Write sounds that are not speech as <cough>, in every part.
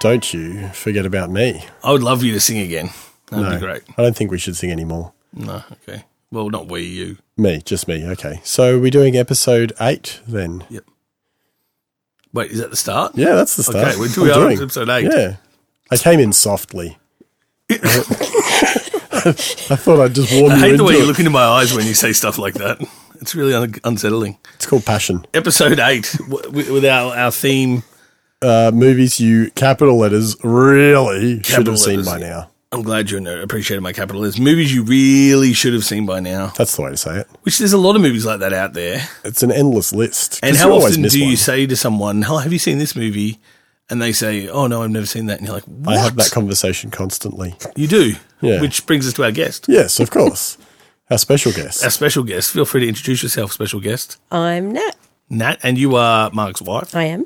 Don't you forget about me. I would love you to sing again. That'd no, be great. I don't think we should sing anymore. No, okay. Well, not we, you. Me, just me. Okay. So we're doing episode eight then. Yep. Wait, is that the start? Yeah, that's the start. Okay, we're doing, I'm our episode eight. Yeah. I came in <laughs> softly. I thought I'd just warm I you hate into the way it. you look into my eyes when you say stuff like that. It's really un- unsettling. It's called passion. Episode eight w- w- with our, our theme. Uh, movies you capital letters really should Capital have seen letters. by now. I'm glad you appreciated my capital letters. Movies you really should have seen by now. That's the way to say it. Which there's a lot of movies like that out there. It's an endless list. And 'cause how you always often miss do you one. say to someone, "Oh, have you seen this movie?" And they say, "Oh no, I've never seen that." And you're like, "What?" I have that conversation constantly. you do. Yeah. Which brings us to our guest, Yes, of course. Our special guest. our special guest. Feel free to introduce yourself, special guest I'm Nat. Nat, and you are Mark's wife I am.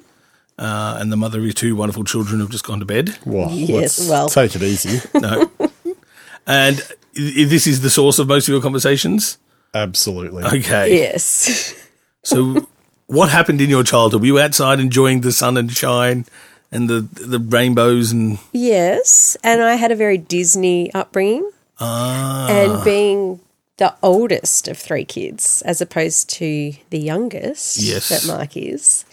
uh, and the mother of his two wonderful children who've just gone to bed. Well, Yes, let's well. take it easy. No. and i- i- this is the source of most of your conversations. Absolutely. Okay. Yes. So, what happened in your childhood? Were you outside enjoying the sun and shine and the the rainbows and <laughs> yes. And I had a very Disney upbringing ah, and being the oldest of three kids as opposed to the youngest Yes. that Mark is.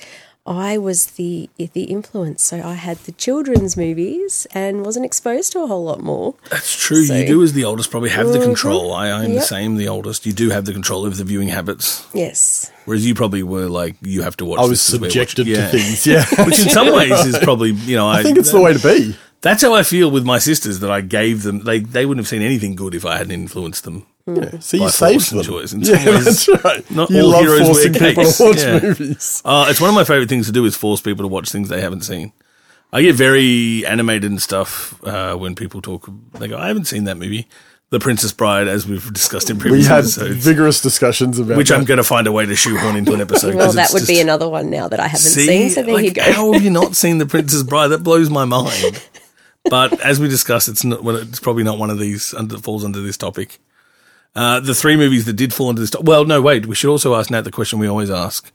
I was the the influence, so I had the children's movies and wasn't exposed to a whole lot more. That's true. you So- do, as the oldest, probably have the control. I, I'm the Yep. same, the oldest. You do have the control over the viewing habits, Yes, whereas you probably were like, you have to watch. I was this, this is where subjected you watch- to Yeah. <laughs> things. Yeah. I Which in some ways is probably, you know, I, think it's the way to be. That's how I feel with my sisters. That I gave them, they they wouldn't have seen anything good if I hadn't influenced them. Yeah. So you By saved force and them. choice. <laughs> In yeah, some ways, that's right. not you all love heroes wear forcing people capes. to watch Yeah. movies. Uh, it's one of my favorite things to do is force people to watch things they haven't seen. I get very animated and stuff uh, when people talk. They go, "I haven't seen that movie, The Princess Bride," as we've discussed in We previous had episodes. vigorous discussions about which I'm that. going to find a way to shoehorn into an episode. 'cause well, that it's would be just- another one now that I haven't See, seen. So there like, you go. how have you not seen <laughs> The Princess Bride? That blows my mind. But as we discussed, it's not. Well, it's probably not one of these under, falls under this topic. Uh, the three movies that did fall into this. To- well, no, wait. We should also ask Nat the question we always ask: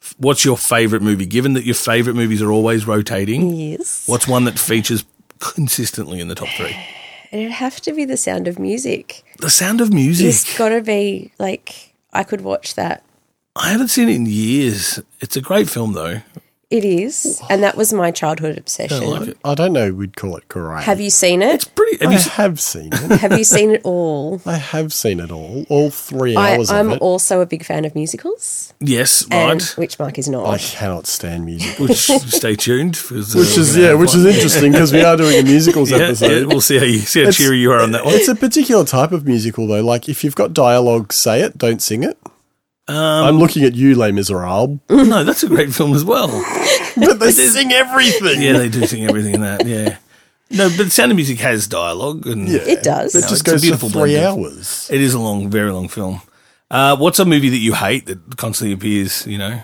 F- What's your favorite movie? Given that your favorite movies are always rotating, yes, what's one that features consistently in the top three? it'd have to be the sound of music. The Sound of Music. It's got to be like I could watch that. I haven't seen it in years. It's a great film, though. It is, and that was my childhood obsession. I like it. I don't know. We'd call it great. Have you seen It's it? pretty. Have I you seen- have seen it. Have you seen it <laughs> all? I have seen it all. All three I, hours I'm of it. also a big fan of musicals, yes, and right. which Mark is not. I cannot stand music. which stay tuned. 'cause, uh, Which <laughs> we're is gonna yeah, have which one. is interesting because we are <laughs> doing a musicals Yeah, episode. yeah, we'll see how you see how cheery you are on that one. It's a particular type of musical, though. Like, if you've got dialogue, say it, don't sing it. Um, I'm looking at you, Les Miserables. Oh, No, that's a great film as well. <laughs> but they sing everything. Yeah, they do sing everything in that. Yeah, no, but Sound of Music has dialogue, and Yeah. It does. It No, it's just a goes for beautiful three blend of- hours. it is a long, very long film. Uh, what's a movie that you hate that constantly appears? You know,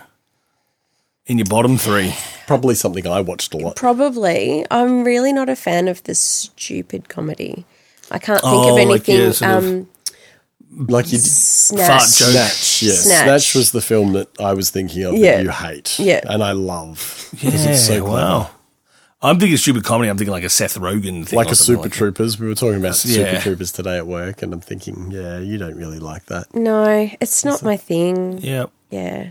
in your bottom three. Probably something I watched a lot. Probably, I'm really not a fan of the stupid comedy. I can't think Oh, of like, anything. yeah, sort of um, Like, you did. snatch. joke. Snatch, yeah. Snatch. Snatch. was the film that I was thinking of Yeah. that you hate. Yeah. And I love. Yeah, Because it's so clever. wow. I'm thinking stupid comedy. I'm thinking like a Seth Rogen thing, Like or a something Super Troopers. We were talking about Yeah. Super Troopers today at work, and I'm thinking, yeah, you don't really like that. No, it's not my thing. That. Yeah, Yeah.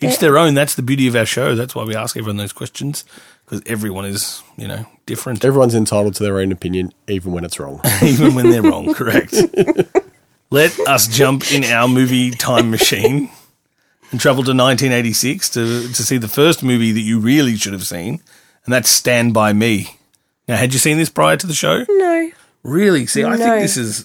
each their own. That's the beauty of our show. That's why we ask everyone those questions because everyone is you know different. Everyone's entitled to their own opinion, even when it's <laughs> wrong. even when they're wrong. <laughs> Correct. Let us jump in our movie time machine and travel to 1986 to, to see the first movie that you really should have seen, and that's Stand By Me. Now, had you seen this prior to the show? No, Really? See, I think No. this is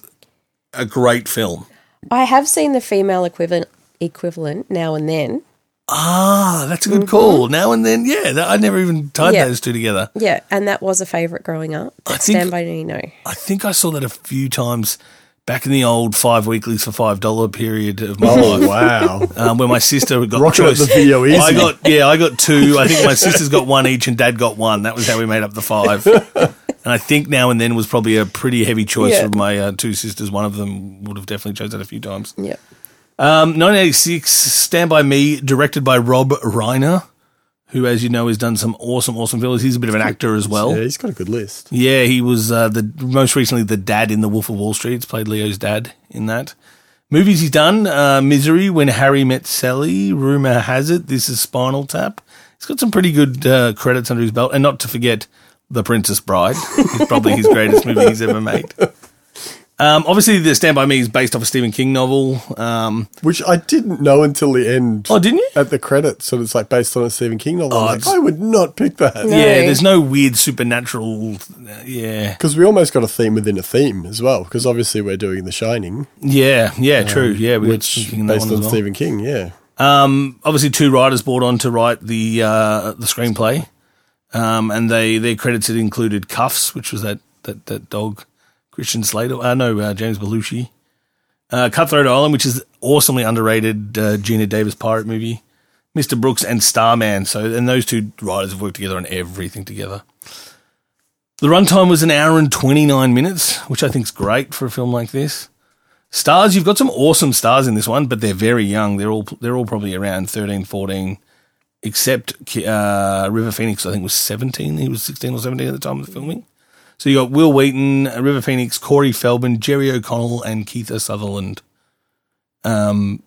a great film. I have seen the female equivalent equivalent now and then. Ah, that's a good call. Now and then, yeah, that, I never even tied Mm-hmm. Yeah. those two together. Yeah, and that was a favourite growing up. I think- Stand by me, no. I think I saw that a few times back in the old five weeklies for five dollar period of <laughs> my life. oh, <laughs> wow. um, where my sister got Rocking up choice. the E video easy. I got yeah, I got two. I think my sister's got one each, and Dad got one. That was how we made up the five. and I think now and then was probably a pretty heavy choice Yeah. for my uh, two sisters. One of them would have definitely chose that a few times. Yep. Um, 1986, Stand by Me, directed by Rob Reiner, who, as you know, has done some awesome, awesome films. He's a bit of an actor as well. Yeah, he's got a good list. Yeah, he was uh, the most recently the dad in The Wolf of Wall Street. He's played Leo's dad in that. Movies he's done: uh, Misery, When Harry Met Sally, Rumor Has It, This Is Spinal Tap. He's got some pretty good uh, credits under his belt, and not to forget The Princess Bride. is probably his greatest movie he's ever made. Um, obviously, the Stand by Me is based off a Stephen King novel. Um, Which I didn't know until the end. oh, didn't you? at the credits, so it's like based on a Stephen King novel. Oh, I'm like, it's- I would not pick that No. Yeah, there's no weird supernatural. uh, Yeah, because we almost got a theme within a theme as well. Because obviously we're doing The Shining, yeah, yeah. True. Yeah, we were which thinking that based one on as well. Stephen King. Yeah, Um, obviously, two writers brought on to write the uh, the screenplay, um, and they their credits had included Cuffs, which was that that, that dog, Christian Slater. Uh, no, uh, James Belushi. Uh, Cutthroat Island, which is awesomely underrated uh, Gina Davis pirate movie. Mr. Brooks and Starman. So, and those two writers have worked together on everything together. The runtime was an hour and 29 minutes, which I think is great for a film like this. Stars, you've got some awesome stars in this one, but they're very young. They're all they're all probably around 13, 14, except Ki- uh, River Phoenix, I think, was 17. He was 16 or 17 at the time of the filming. So you got Will Wheaton, uh, River Phoenix, Corey Feldman, Jerry O'Connell, and Keith Sutherland. Um,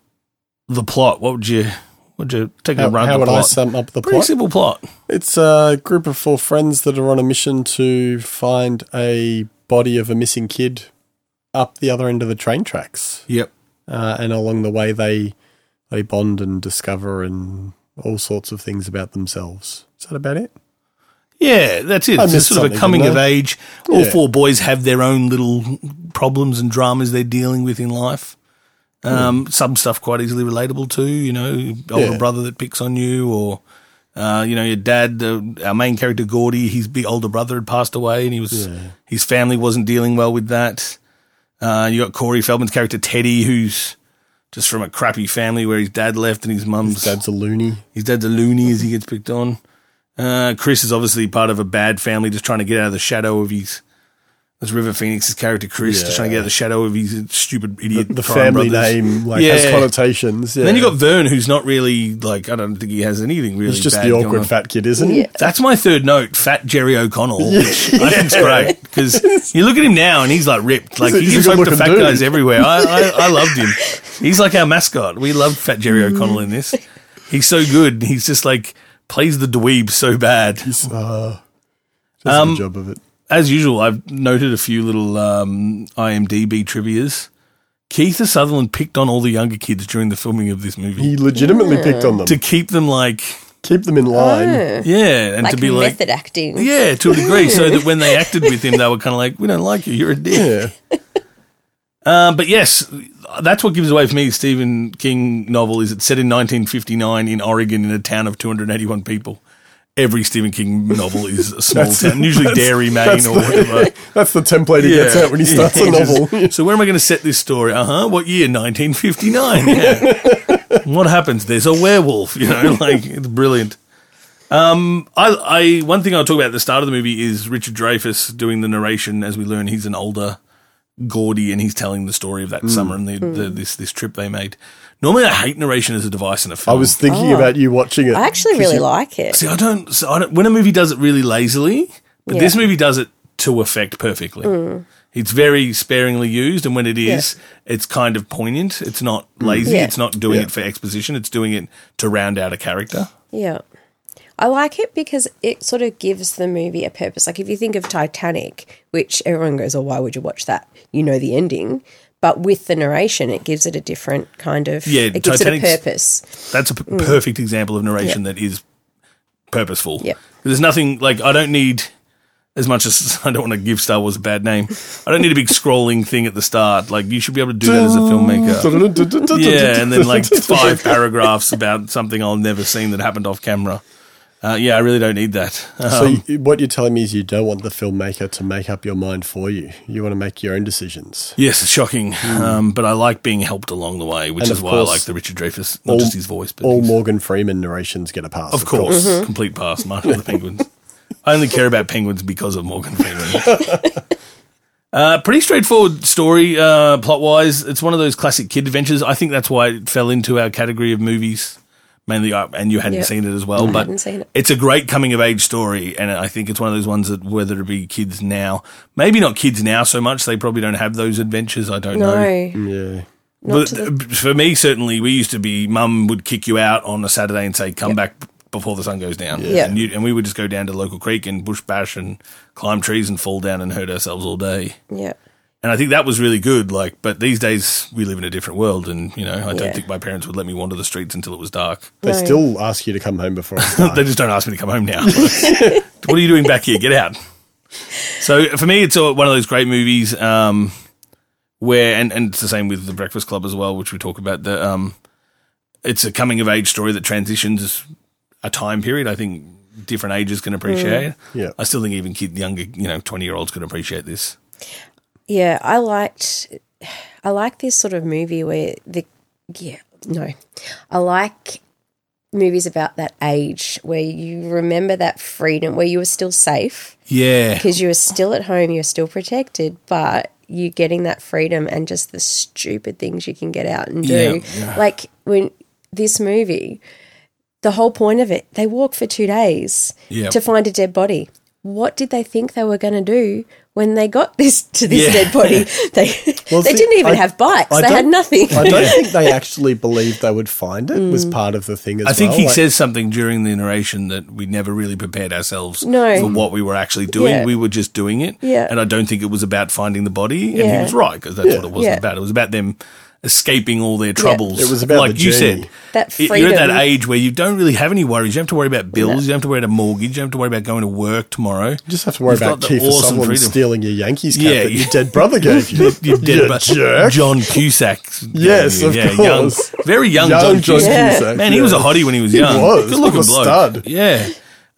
the plot. What would you would you take a how, run at how the would I plot? sum up the Pretty plot? simple plot. It's a group of four friends that are on a mission to find a body of a missing kid up the other end of the train tracks, Yep. uh, and along the way they they bond and discover and all sorts of things about themselves. Is that about it? Yeah, that's it. I It's missed sort of a something, coming didn't of I? age. All Yeah. four boys have their own little problems and dramas they're dealing with in life. Um, Some stuff quite easily relatable to, you know, older Hmm. Yeah. brother that picks on you, or uh, you know, your dad. Uh, our main character Gordy, his big older brother had passed away, and he was his family wasn't dealing well with that. Uh, you got Corey Feldman's character Teddy, who's just from a crappy family where his dad left and his mum's Dad's a loony. his dad's a loony as he gets picked on. Uh, Chris is obviously part of a bad family, just trying to get out of the shadow of his. That's River Phoenix's character, Chris, just trying to get out of the shadow of his stupid idiot. The crime family brothers. name like Yeah. has connotations. Yeah. And then you got Vern, who's not really like I don't think he has anything really. it's just bad the going awkward on. fat kid, isn't Yeah. it? That's my third note, Fat Jerry O'Connell, which I think's great <laughs> because you look at him now and he's like ripped, like a- he he's a gives hope to good-looking fat dude. guys everywhere. I, I, I <laughs> loved him. He's like our mascot. We love Fat Jerry O'Connell in this. He's so good. He's just like plays the dweeb so bad. Uh, does a Um, good job of it. As usual, I've noted a few little um, IMDb trivia's. Keith Sutherland picked on all the younger kids during the filming of this movie He legitimately picked on them to keep them like, keep them in line. Oh, yeah, and like to be like, method acting. Yeah, to a degree. so <laughs> that when they acted with him, they were kind of like, "We don't like you. You're a dick." Yeah, <laughs> Uh, but yes, that's what gives away for me. Stephen King novel is it's set in 1959 in Oregon in a town of 281 people. Every Stephen King novel <laughs> is a small That's- town, usually that's- Dairy, Maine, that's or the- Oh. whatever. <laughs> that's the template he gets out <laughs> when he starts Yeah, a novel. <laughs> just- so where am I going to set this story? Uh huh. What year? 1959. Yeah. <laughs> what happens? There's a werewolf. You know, <laughs> like it's brilliant. Um, I, I one thing I'll talk about at the start of the movie is Richard Dreyfuss doing the narration. As we learn, he's an older Gordy, and he's telling the story of Hmm. that summer and the, the, this this trip they made. Normally, I hate narration as a device in a I film. was thinking Oh. about you watching it. I actually really like it. See, I don't, so I don't. When a movie does it really lazily, but Yeah. Mm. this movie does it to effect perfectly. It's very sparingly used, and when it is, it's kind of poignant. It's not lazy. Mm. Yeah. It's not doing Yeah. it for exposition. It's doing it to round out a character. Yeah. I like it because it sort of gives the movie a purpose. Like if you think of Titanic, which everyone goes, "Oh, why would you watch that?" You know the ending, but with the narration, it gives it a different kind of Yeah, It gives Titanic's- it a purpose. That's a p- perfect example of narration that is purposeful. Yeah. There's nothing like I don't need as much as <laughs> I don't want to give Star Wars a bad name. I don't need a big scrolling thing at the start. Like you should be able to do that as a <laughs> filmmaker. yeah, and then like five paragraphs about something I'll never seen that happened off camera. Uh, yeah, I really don't need that. So Um, you, what you're telling me is you don't want the filmmaker to make up your mind for you. You want to make your own decisions. yes, it's shocking, um, but I like being helped along the way, which Hmm. And is of why I course, like the Richard Dreyfuss, not all- just his voice, but All his- Morgan Freeman narrations get a pass. of course, Mm-hmm. complete pass, Marshall of the Penguins. I only care about penguins because of Morgan <laughs> Freeman. Uh, pretty straightforward story, uh, plot wise. It's one of those classic kid adventures. I think that's why it fell into our category of movies, mainly, uh, and you hadn't Yep. seen it as well. I but hadn't seen it. it's a great coming of age story, and I think it's one of those ones that whether it be kids now, maybe not kids now so much. They probably don't have those adventures. I don't No, know. Mm, Yeah. But not to the. for me, certainly, we used to be. Mum would kick you out on a Saturday and say, "Come back b- before the sun goes down." Yeah. and, you, and we would just go down to local creek and bush bash and climb trees and fall down and hurt ourselves all day. Yeah. And I think that was really good. Like, but these days we live in a different world, and you know, I don't Yeah. think my parents would let me wander the streets until it was dark. They No. still ask you to come home before it's dark. <laughs> they just don't ask me to come home now. <laughs> what are you doing back here? Get out. So for me, it's uh, one of those great movies um, where, and, and it's the same with The Breakfast Club as well, which we talk about. The, um, it's a coming of age story that transitions a time period. I think different ages can appreciate. <laughs> Yeah. I still think even kid, younger, you know, twenty year olds can appreciate this. Yeah, I liked I like this sort of movie where the yeah, no. I like movies about that age where you remember that freedom where you were still safe Yeah. because you were still at home, you're still protected, but you're getting that freedom and just the stupid things you can get out and do. Yeah, yeah. Like when this movie, the whole point of it, they walk for two days Yeah. to find a dead body. What did they think they were going to do when they got this <laughs> to this Yeah. <laughs> dead body? <laughs> They Well, they see, didn't even I- have bikes. I they had don't- nothing. I <laughs> don't think they actually believed they would find it. Was Mm. part of the thing as I think well. he Like, says something during the narration that we never really prepared ourselves No. for what we were actually doing. Yeah. We were just doing it. Yeah. And I don't think it was about finding the body. And he Yeah. was right because that's Yeah. what it wasn't Yeah. about. It was about them escaping all their troubles. It was about like the you journey. said. That y- You're at that freedom. age where you don't really have any worries. You don't have to worry about bills. You don't have to worry about a mortgage. You don't have to worry about going to work tomorrow. you just have to worry You've about got the Kiefer awesome Sutherland freedom. stealing your Yankees cap Yeah, that you- your dead brother <laughs> gave you. <laughs> You're dead, You but jerk. John Cusack. Yes, of young- course. very young, Young John John Cusack. Cusack, Man, he was a yeah. hottie when he was He young. was. Good looking What a bloke. stud. Yeah.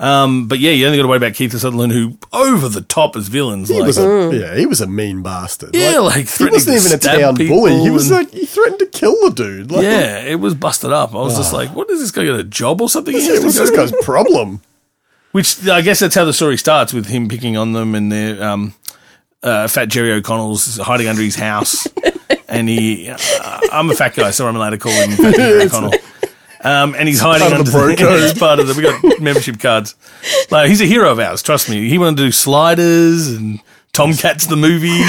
Um, but yeah, you only got to worry about Keith Sutherland, who over the top as villains. He like, was a, yeah, he was a mean bastard. yeah, like he threatening wasn't to even a stab town people bully. He was and- like he threatened to kill the dude. Like, yeah, it was busted up. I was just like, what is this guy got a job or something? He has it to Ah. was go this to- guy's problem. <laughs> Which I guess that's how the story starts with him picking on them and their um, uh, fat Jerry O'Connell's hiding under <laughs> his house. and he, uh, I'm a fat guy, so I'm allowed to call him Fat Jerry O'Connell. Um, and he's hiding Part under of the the, <laughs> bro code. it's part of the. We got membership cards. Like he's a hero of ours. Trust me. He wanted to do sliders and Tomcats the movie. <laughs>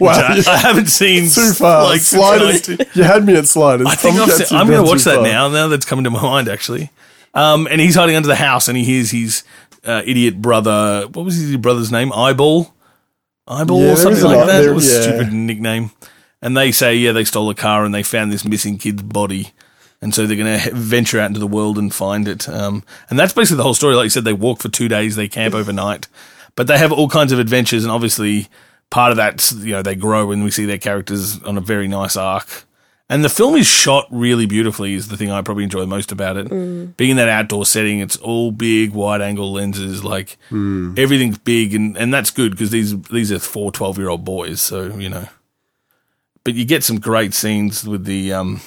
Wow, which I, I haven't seen Too far. <laughs> Like, since sliders. 19 You had me at sliders. I think I've Tomcats, seen, you've I'm going gone to watch too that far. now. Now that's coming to my mind, actually. Um, and he's hiding under the house, and he hears his uh, idiot brother. What was his brother's name? Eyeball, eyeball, Yeah, there or is something an like eye- that. there- it was a yeah. stupid nickname. And they say, yeah, they stole a car, and they found this missing kid's body. And so they're going to venture out into the world and find it. Um, and that's basically the whole story. Like you said, they walk for two days, they camp overnight, but they have all kinds of adventures. And obviously, part of that's, you know, they grow and we see their characters on a very nice arc. And the film is shot really beautifully, is the thing I probably enjoy most about it. Being in that outdoor setting, it's all big, wide angle lenses. Like everything's big. And, and that's good because these, these are four 12 year old boys. So, you know. But you get some great scenes with the. Um,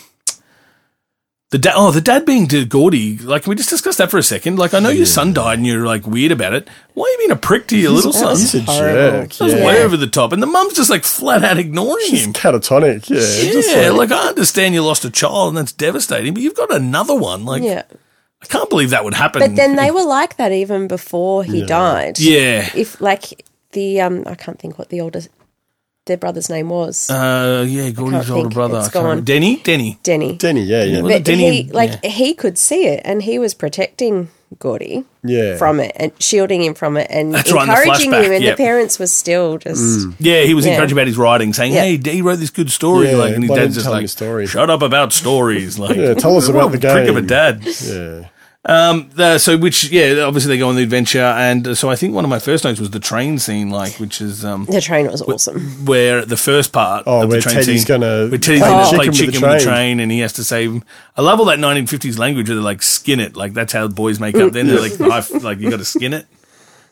the dad, oh, the dad being d- gaudy. Like, can we just discuss that for a second? Like, I know your son died and you're like weird about it. Why are you being a prick to your little son? He's That's a horrible. jerk. That was yeah. way over the top. And the mum's just like flat out ignoring He's him. catatonic. Yeah. Just Yeah, like, I understand you lost a child and that's devastating, but you've got another one. Like, yeah. I can't believe that would happen. But then they were like that even before he died. yeah, If like the um I can't think what the oldest their brother's name was. uh, yeah, Gordy's older think. brother. It's I can't remember. gone. Denny, Denny. Denny. Denny. Yeah. Yeah. Well, But Denny he and- like he could see it and he was protecting Gordy Yeah. from it and shielding him from it and That's right, in the encouraging flashback, him and yep. the parents were still just Yeah, he was Yeah. encouraging about his writing, saying, Yeah. "Hey, he wrote this good story." Yeah, like, and his why dad's didn't you just tell me like, a story? "Shut up about stories." <laughs> Like, Yeah, tell us what about a the Prick of a game. dad. Yeah. Um, the, so which yeah, obviously they go on the adventure, and uh, so I think one of my first notes was the train scene, like which is um the train was awesome. where the first part Oh, of where the train Teddy's scene, gonna where Teddy's play gonna chicken with play the chicken with the train. train, and he has to save him. I love all that 1950s language where they're like skin it, like that's how boys make up. Then they're like, Mm. I, like you got to skin it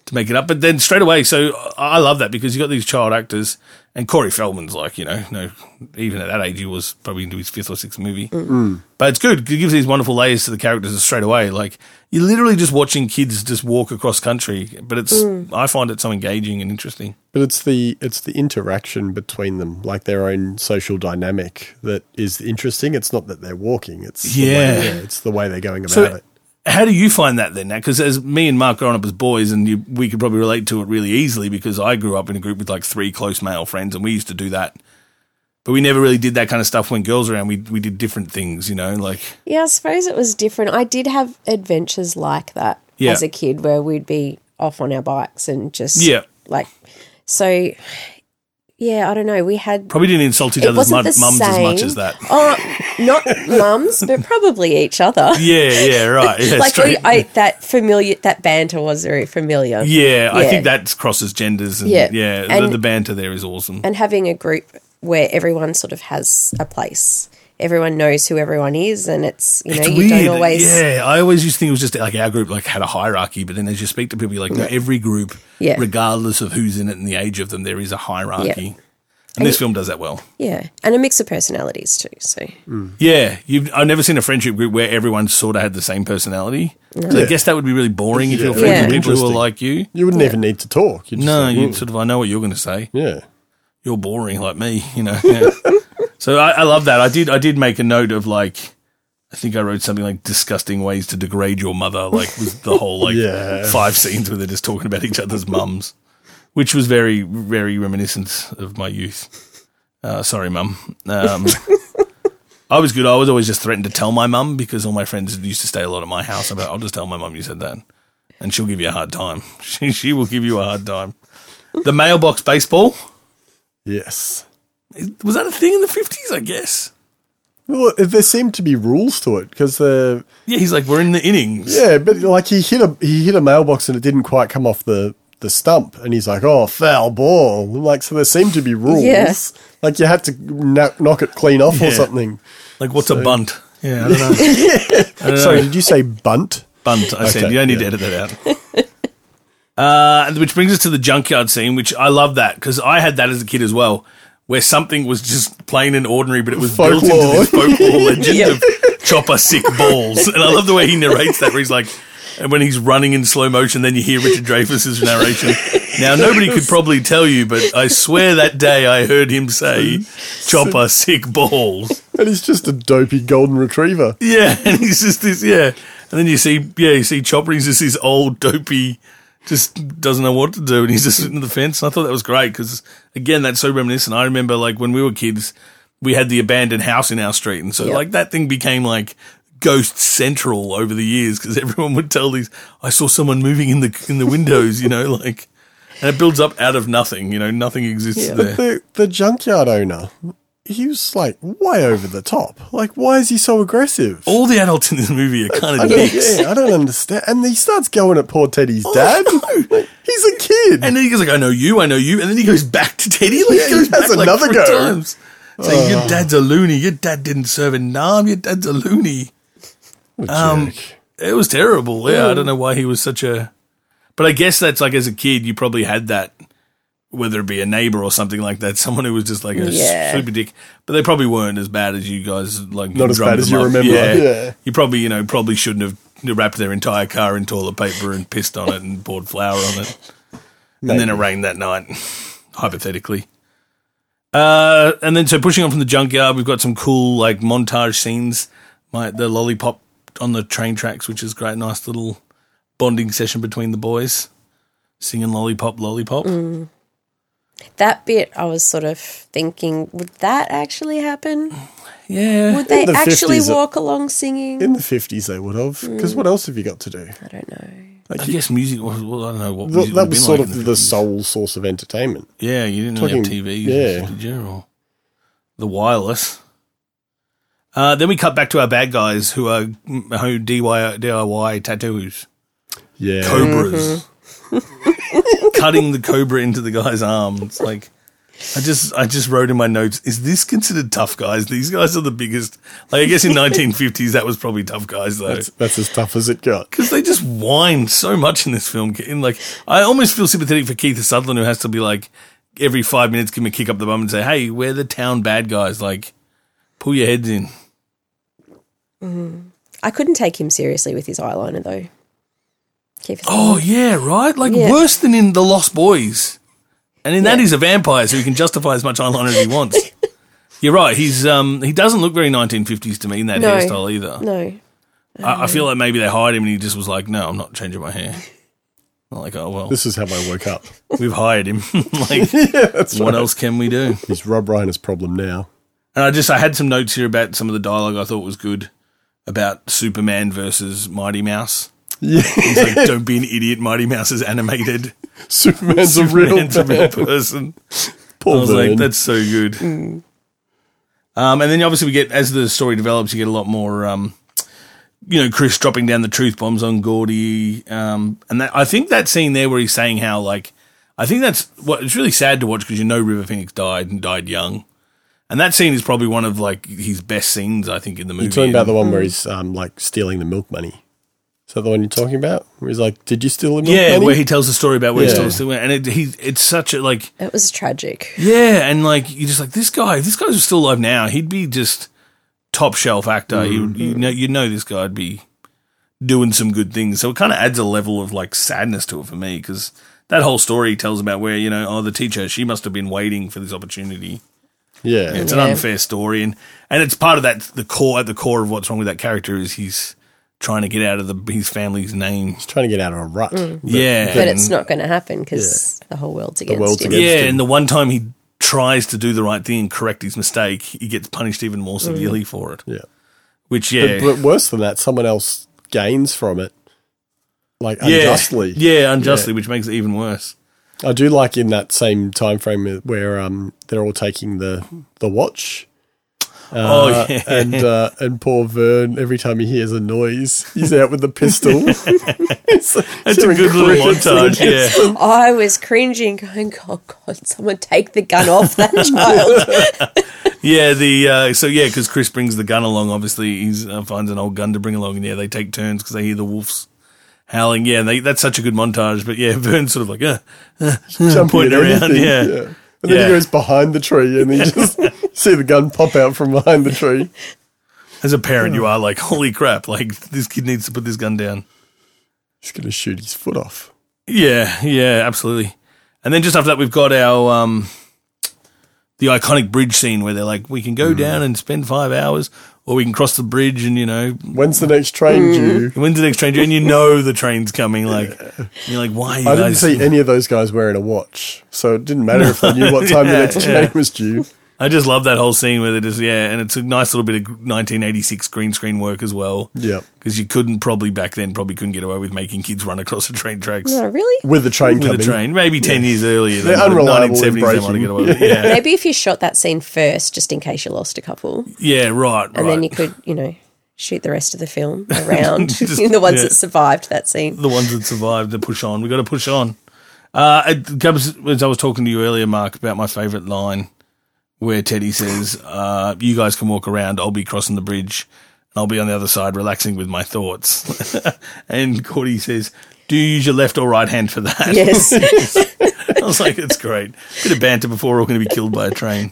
to make it up. But then straight away, so I I love that because you got these child actors And Corey Feldman's like, you know, no, even at that age, he was probably into his fifth or sixth movie. Mm. But it's good. It gives these wonderful layers to the characters straight away. Like, you're literally just watching kids just walk across country, but it's, Mm. I find it so engaging and interesting. But it's the it's the interaction between them, like their own social dynamic, that is interesting. It's not that they're walking; it's the Yeah. way, it's the way they're going about So, it. how do you find that then? Because as me and Mark growing up as boys, and you, we could probably relate to it really easily because I grew up in a group with like three close male friends, and we used to do that. But we never really did that kind of stuff when girls were around. We we did different things, you know, like Yeah, I suppose it was different. I did have adventures like that Yeah. as a kid where we'd be off on our bikes and just Yeah. like so yeah, I don't know. We had probably didn't insult each It other's mu- wasn't the mums as much same. as that. oh not mums, but probably each other. <laughs> Yeah, yeah, <laughs> right. Yeah, like we, straight. I that familiar that banter was very familiar. yeah, I yeah. think that crosses genders. And, yeah, Yeah. the, And- the banter there is awesome. and having a group where everyone sort of has a place. Everyone knows who everyone is, and it's you know It's you weird. don't always Yeah, I always used to think it was just like our group like had a hierarchy, but then as you speak to people, you're like, no, every group, Yeah. regardless of who's in it and the age of them, there is a hierarchy. Yeah. And, this film does that well. yeah, and a mix of personalities too. So Yeah, you've, I've never seen a friendship group where everyone sort of had the same personality. So I Yeah. guess that would be really boring if you're Yeah. friends with Yeah. people who are Interesting. like you. You wouldn't even need to talk. You're just No, like, you "Mm, sort of. I know what you're going to say. yeah. you're boring like me, you know. Yeah. so I, I love that. I did I did make a note of like I think I wrote something like disgusting ways to degrade your mother, like was the whole like Yeah. five scenes where they're just talking about each other's mums. Which was very, very reminiscent of my youth. Uh, sorry, mum. Um, I was good. I was always just threatened to tell my mum because all my friends used to stay a lot at my house. About I'll just tell my mum you said that, and she'll give you a hard time. <laughs> She she will give you a hard time. The mailbox baseball. Yes. Was that a thing in the fifties? I guess. Well, there seem to be rules to it because the Yeah, he's like, we're in the innings. yeah, but like he hit a he hit a mailbox and it didn't quite come off the the stump, and he's like, "Oh, foul ball!" Like so, there seem to be rules. Yeah. Like you had to kno- knock it clean off or Yeah. something. Like, what's a bunt? Yeah, I don't know. Sorry, did you say bunt? bunt. I said Okay, you don't need to edit that out. <laughs> uh, and which brings us to the junkyard scene, which I love that because I had that as a kid as well, where something was just plain and ordinary, but it was built into this folklore legend Yeah. of chopper sick balls. And I love the way he narrates that, where he's like. And when he's running in slow motion, then you hear Richard Dreyfuss's narration. Now, nobody could probably tell you, but I swear that day I heard him say, chopper sick balls. And he's just a dopey golden retriever. Yeah, <laughs> and he's just this. Yeah, and then you see, yeah, you see Chopper. He's just this old dopey, just doesn't know what to do, and he's just sitting on the fence. And I thought that was great because again, that's so reminiscent. I remember like when we were kids, we had the abandoned house in our street, and so Yep. like that thing became like ghost central over the years because <laughs> everyone would tell these. I saw someone moving in the in the windows, you know, <laughs> like. And it builds up out of nothing, you know, nothing exists Yeah. there. The the junkyard owner, he was like way over the top. Like, why is he so aggressive? All the adults in this movie are kind I of don't, yeah, I don't understand. And he starts going at poor Teddy's dad. Like, he's a kid. Oh, And then he goes like, "I know you, I know you," and then he goes back to Teddy. Like, Yeah, he goes he back Oh. has like another three go. times. Saying, "Your dad's a loony. Your dad didn't serve in Nam. Your dad's a loony." um, It was terrible. Yeah, I don't know why he was such a. But I guess that's like as a kid, you probably had that, whether it be a neighbor or something like that, <laughs> someone who was just like a Yeah. super dick. But they probably weren't as bad as you guys like. Not as drummed bad as them you up. remember. Yeah. you probably you know probably shouldn't have wrapped their entire car in toilet paper and pissed on it and poured flour on it. and then it rained that night, <laughs> hypothetically. Uh, and then so pushing on from the junkyard, we've got some cool like montage scenes. My the lollipop on the train tracks, which is great, nice little bonding session between the boys, singing lollipop, lollipop. Mm. that bit, I was sort of thinking, would that actually happen? Yeah, Would they the actually 50s, it- walk along singing? in the 50s, they would have. Because what else have you got to do? I don't know. I guess music. Was, well, I don't know what Th- music that would've was been sort like in of the the sole source of entertainment. Yeah, you didn't really have Talking- TVs, yeah. did you? Or the wireless. Uh, then we cut back to our bad guys who are who DIY, DIY tattoos, Yeah. cobras, Mm-hmm. <laughs> cutting the cobra into the guy's arm. It's like I just I just wrote in my notes: Is this considered tough guys? These guys are the biggest. Like I <laughs> guess in 1950s that was probably tough guys though. That's, that's as tough as it got. Because they just whine so much in this film. In like, I almost feel sympathetic for Keith Sutherland, who has to be like every five minutes give me a kick up the bum and say, "Hey, we're the town bad guys." Like, pull your heads in. I couldn't take him seriously with his eyeliner though. <gasps> Keith- Oh yeah, right. Like Yeah. worse than in The Lost Boys, and in that he's a vampire, so he can justify as much eyeliner as he <laughs> wants. You're right. He's um he doesn't look very 1950s to me in that No. hairstyle either. No. I, I feel like maybe they hired him and he just was like, "No, I'm not changing my hair." I'm like, oh well, This is how I woke up. <laughs> we've hired him. <laughs> like, what else can we do? Is Rob Reiner's problem now? <laughs> And I just I had some notes here about some of the dialogue I thought was good about Superman versus Mighty Mouse. Yeah, <laughs> He's like, "Don't be an idiot, Mighty Mouse is animated. Superman's a real Superman's a real man. person." Poor I was like, Vern. "That's so good." Um, and then obviously we get as the story develops, you get a lot more. Um, you know, Chris dropping down the truth bombs on Gordy, um, and that, I think that scene there where he's saying how like, I think that's what it's really sad to watch because you know River Phoenix died and died young, and that scene is probably one of like his best scenes I think in the movie. You're talking about And- the one where he's um, like stealing the milk money. Is that the one you're talking about? Where he's like, "Did you steal the milk yeah, money?" where he tells the story about where Yeah. he still and it, he it's such a like It was tragic. Yeah, and like you're just like this guy. If this guy was still alive now, he'd be just top shelf actor. You, you know, you know, this guy'd be doing some good things. So it kind of adds a level of like sadness to it for me because that whole story he tells about where you know, oh, the teacher, she must have been waiting for this opportunity. yeah, It's Yeah. an unfair story, and and it's part of that. The core at the core of what's wrong with that character is he's trying to get out of the his family's name. he's trying to get out of a rut. yeah, But and- it's not going to happen because the whole world's against world's him. against- Yeah, him. and the one time he tries to do the right thing and correct his mistake, he gets punished even more severely for it. Yeah. Which, yeah, But worse than that, someone else gains from it, like yeah, unjustly. <laughs> yeah, unjustly, which makes it even <laughs> worse. I do like in that same time frame where um they're all taking the the watch. oh yeah, and uh, and poor Vern, every time he hears a noise, he's out with the <laughs> pistol. <laughs> it's, it's a good little <laughs> montage. Yeah, I was cringing, going, "Oh God, someone take the gun off that child!" yeah. The uh, so yeah, because Chris brings the gun along. Obviously, he's uh, finds an old gun to bring along, and yeah, they take turns because they hear the wolves howling. Yeah, they, that's such a good montage. But yeah, <laughs> Vern's sort of like, uh, <laughs> Jumping pointing at around, anything, yeah. And then Yeah. he goes behind the tree, and you <laughs> just see the gun pop out from behind the tree. as a parent, you are like, holy crap! Like this kid needs to put this gun down. He's going to shoot his foot off. Yeah, yeah, absolutely. And then just after that, we've got our um, the iconic bridge scene where they're like, we can Mm. go down and spend five hours, or we can cross the bridge, and you know, When's the next train due? when's the next train? And you know the train's coming. Like, and you're like, why? Are you I didn't guys-" see any of those guys wearing a watch, so it didn't matter if they knew <laughs> what time the Yeah, next yeah. train was due. <laughs> I just love that whole scene where they just yeah, and it's a nice little bit of 1986 green screen work as well. Yeah. because you couldn't probably back then probably couldn't get away with making kids run across the train tracks. no, really? With the train With coming. a train, maybe ten years earlier, They're than the unreliable in 1970s, they might have braking. got away with it. Yeah, Maybe if you shot that scene first, just in case you lost a couple, yeah, right, right. and then you could, you know, shoot the rest of the film around Just- <laughs> the ones yeah. that survived that scene. the ones that survived to push on. We got to push on. Uh, it comes as I was talking to you earlier, Mark, about my favourite line where Teddy says, uh, "You guys can walk around. I'll be crossing the bridge, and I'll be on the other side, relaxing with my thoughts." <laughs> and Cordy says, "Do you use your left or right hand for that?" <laughs> Yes, <laughs> I was like, "It's great. Bit of banter before we're all going to be killed by a train."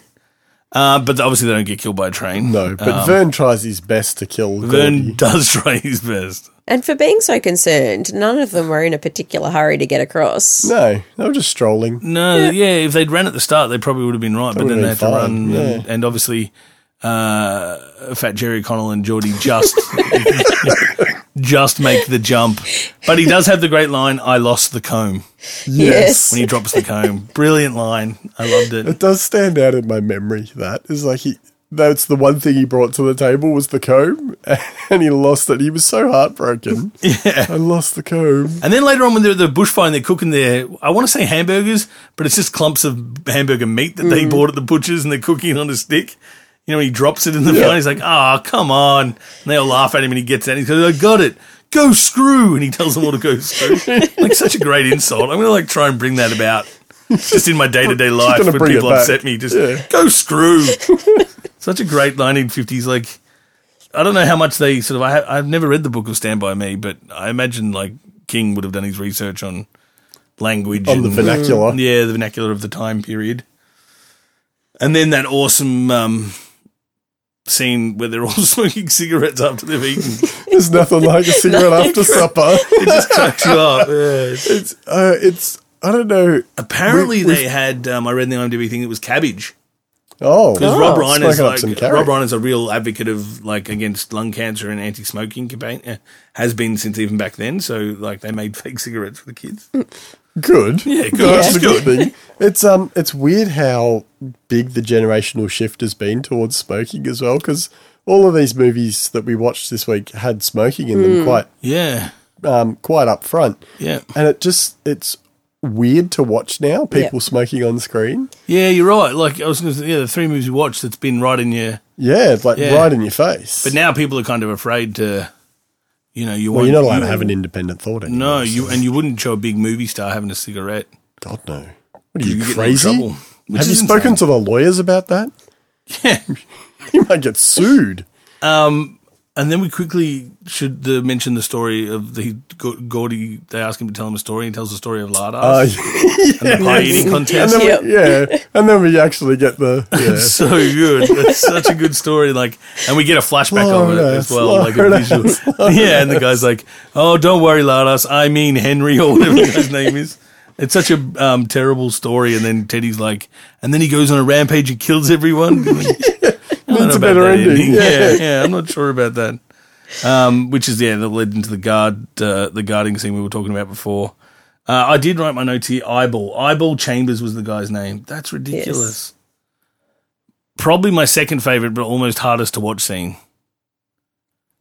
Uh, but obviously, they don't get killed by a train. No, but Um, Vern tries his best to kill Vern Vern. does <laughs> try his best. and for being so concerned, none of them were in a particular hurry to get across. No, they were just strolling. No, yeah. if they'd ran at the start, they probably would have been right, but then would've they been had to fine, run. yeah. And, and obviously, uh, Fat Jerry Connell and Geordie just <laughs> just make the jump. But he does have the great line, I lost the comb, Yes. when he drops the comb. Brilliant line. I loved it. It does stand out in my memory that is like he that's the one thing he brought to the table was the comb <laughs> and he lost it. He was so <laughs> heartbroken. Yeah. I lost the comb. And then later on, when they're at the bushfire and they're cooking their, I want to say hamburgers, but it's just clumps of hamburger meat that Mm. they bought at the butcher's and they're cooking on a stick. You know, he drops it in the fire. He's like, ah, come on. And they all laugh at him and he gets out. And he goes, I got it. Go screw. And he tells them all to <laughs> go screw. like, such a great insult. I'm going to, like, try and bring that about just in my day to day life gonna when bring it people back. upset me. Just <laughs> go screw. such a great 1950s, like, I don't know how much they sort of. I ha- I've never read the book of Stand by Me, but I imagine like King would have done his research on language on the and- Mm. vernacular. yeah, the vernacular of the time period. And then that awesome um, scene where they're all <laughs> smoking cigarettes after they've eaten. There's nothing like <laughs> a cigarette after supper. It just <laughs> cracks you up. Yeah. It's, uh, it's, I don't know. Apparently, We- we've- they had. Um, I read in the IMDb thing it was cabbage. Oh, Because Rob Ryan is smoking up some like carrot. Rob Ryan is a real advocate of like against lung cancer and anti-smoking campaign uh, has been since even back then. So like they made <laughs> fake cigarettes for the kids. good. Yeah, good. That's Yeah. a good thing. It's um, it's weird how big the generational shift has been towards smoking as well, because all of these movies that we watched this week had smoking in Hmm. them quite, Yeah, um, quite up front, yeah, and it just it's weird to watch now. People smoking on screen, yeah. You're right. Like I was going to say, yeah, the three movies you watched that's been right in your. yeah, it's like Yeah. right in your face. But now people are kind of afraid to, you know, you well, won't- you're not allowed you- to have an independent thought anymore. No, you and you wouldn't show a big movie star having a cigarette. God no. What are you, You get in crazy? trouble, which Have you is spoken to the lawyers about that? Yeah. <laughs> You might get sued. Um, and then we quickly should uh, mention the story of the G- Gordy. They ask him to tell him a story. He tells the story of Lardas Uh, <laughs> and the pie <laughs> eating and contest. then we, yeah, and then we actually get <laughs> the yeah. so good. That's such a good story. Like, and we get a flashback of it Florida, as well, like a Florida, visual. Yeah, and the guy's like, "Oh, don't worry, Lardas. I mean Henry, or whatever the guy's name is." It's such a um, terrible story. And then Teddy's like, and then he goes on a rampage and kills everyone. <laughs> I don't It's a know about better that ending. Yeah. Yeah. yeah, I'm not sure about that. Um, which is yeah, that led into the guard, uh, the guarding scene we were talking about before. Uh, I did write my notes here. Eyeball, Eyeball Chambers was the guy's name. That's ridiculous. Probably my second favorite, but almost hardest to watch scene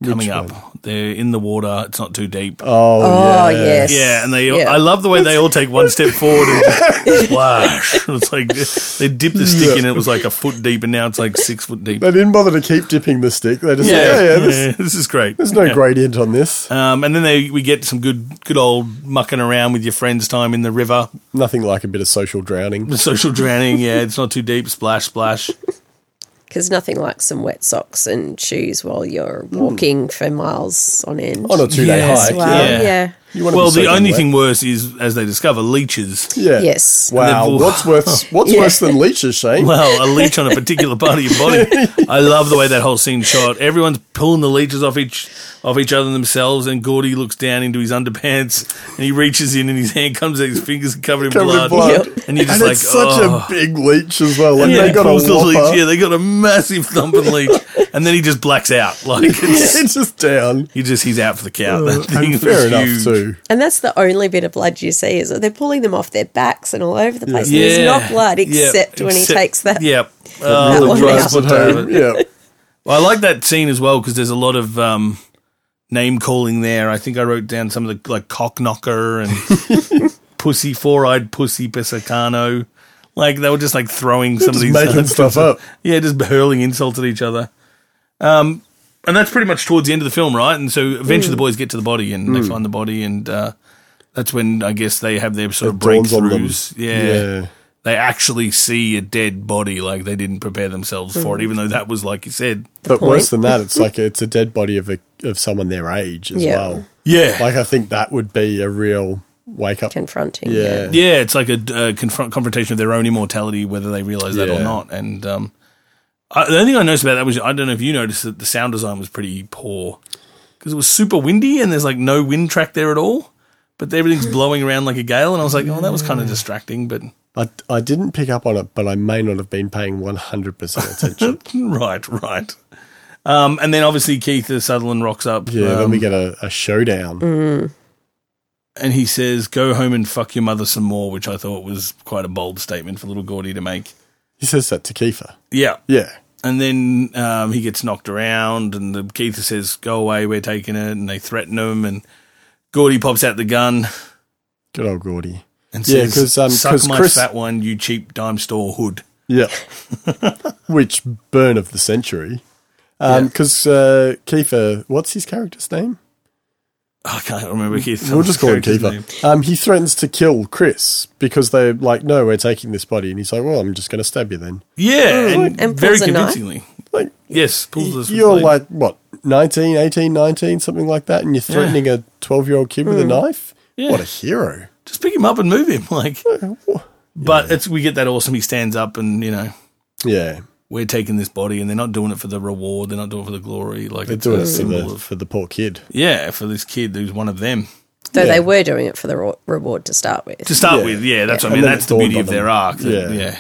coming Which up. one? They're in the water. It's not too deep. Oh, Oh, yeah. yes. Yeah, and they. Yeah. I love the way they all take one step forward <laughs> and just splash. It's like they dipped the stick in. It was like a foot deep, and now it's like six foot deep. They didn't bother to keep dipping the stick. They just yeah, yeah, Yeah, this- yeah, this is great. there's no Yeah. gradient on this. Um, and then they, we get some good, good old mucking around with your friends time in the river, Nothing like a bit of social drowning. the social drowning. Yeah, it's not too deep. Splash, splash. Because nothing like some wet socks and shoes while you're walking for miles on end. On a two day Yes, hike. wow. yeah. Yeah. You wanna be Well, the soaking only wet. thing worse is, as they discover, leeches. Yeah. Yes. Wow. And they've all- What's <laughs> worse what's Yeah. worse than leeches, Shane? Well, a leech on a particular part of <laughs> your body. I love the way that whole scene shot. Everyone's pulling the leeches off each off each other themselves, and Gordy looks down into his underpants, and he reaches in, and his hand comes out, his fingers are covered in Covered in blood, blood. Yep. and you're just and like, it's such a "Oh." big leech as well. Like Yeah, they got a pulls the leech. whopper. Yeah, they got a massive thumping leech, and then he just blacks out. <laughs> Like <laughs> it's, it's just down. he just he's out for the count. Oh, that thing Uh, And was fair enough huge. too. And that's the only bit of blood you see is that they're pulling them off their backs and all over the place. And Yeah. There's not blood Yeah, except when he except- takes that. Yep. Oh, that the one drugs out. were terrible. <laughs> Yeah. Well, I like that scene as well because there's a lot of um, name calling there. I think I wrote down some of the like cock knocker and <laughs> pussy four eyed pussy pesacano. Like they were just like throwing some of Just these making stuff up. Yeah, just hurling insults at each other. Um, and that's pretty much towards the end of the film, right? And so eventually Mm. the boys get to the body and they find the body, and uh, that's when I guess they have their sort of dawns on them. breakthroughs. Yeah. Yeah. They actually see a dead body, like they didn't prepare themselves for Mm. it, even though that was, like you said. But point. worse than that, it's like it's a dead body of a, of someone their age as Yeah. well. Yeah. Like I think that would be a real wake up. Confronting. Yeah. yeah, it's like a uh, confront, confrontation of their own immortality, whether they realize that or Yeah. not. And um, I, the only thing I noticed about that was I don't know if you noticed that the sound design was pretty poor because it was super windy and there's like no wind track there at all, but <laughs> everything's blowing around like a gale. And I was like, oh, that was kind of distracting, but <laughs> I, I didn't pick up on it, but I may not have been paying 100% attention. right, right. Um, and then obviously Keith uh, Sutherland rocks up. Yeah, then um, Mm. we get a, a showdown. and he says, "Go home and fuck your mother some more," which I thought was quite a bold statement for little Gordy to make. He says that to Kiefer. Yeah, Yeah. And then um, he gets knocked around, and the Keith says, "Go away, we're taking it." And they threaten him, and Gordy pops out the gun Good old Gordy. and Yeah, says, 'cause, um, "Suck 'cause my Chris- fat one, you cheap dime store hood." Yeah. <laughs> Which burn of the century. Because uh, Kiefer, what's his character's name? I can't remember Keith. We'll just call him character's name. Kiefer. Um, he threatens to kill Chris because they're like, no, we're taking this body. And he's like, well, I'm just going to stab you then. Yeah, and, And very pulls a knife. convincingly. Like, Yes, pulls this. you're like, what, 19, 18, 19, something like that? And you're threatening a 12 year old kid with a knife? Mm. Yeah. What a hero. Just pick him up and move him. <laughs> Like, but it's we get that awesome. He stands up and you know Yeah. we're taking this body, and they're not doing it for the reward. They're not doing it for the glory. Like They're it's doing a it for symbol the, of for the poor kid. yeah for this kid who's one of them Though Yeah. they were doing it for the ro- reward to start with. to start Yeah. with. Yeah, that's what I And mean. then That's it the beauty dawned of on their them. arc. that- Yeah. yeah,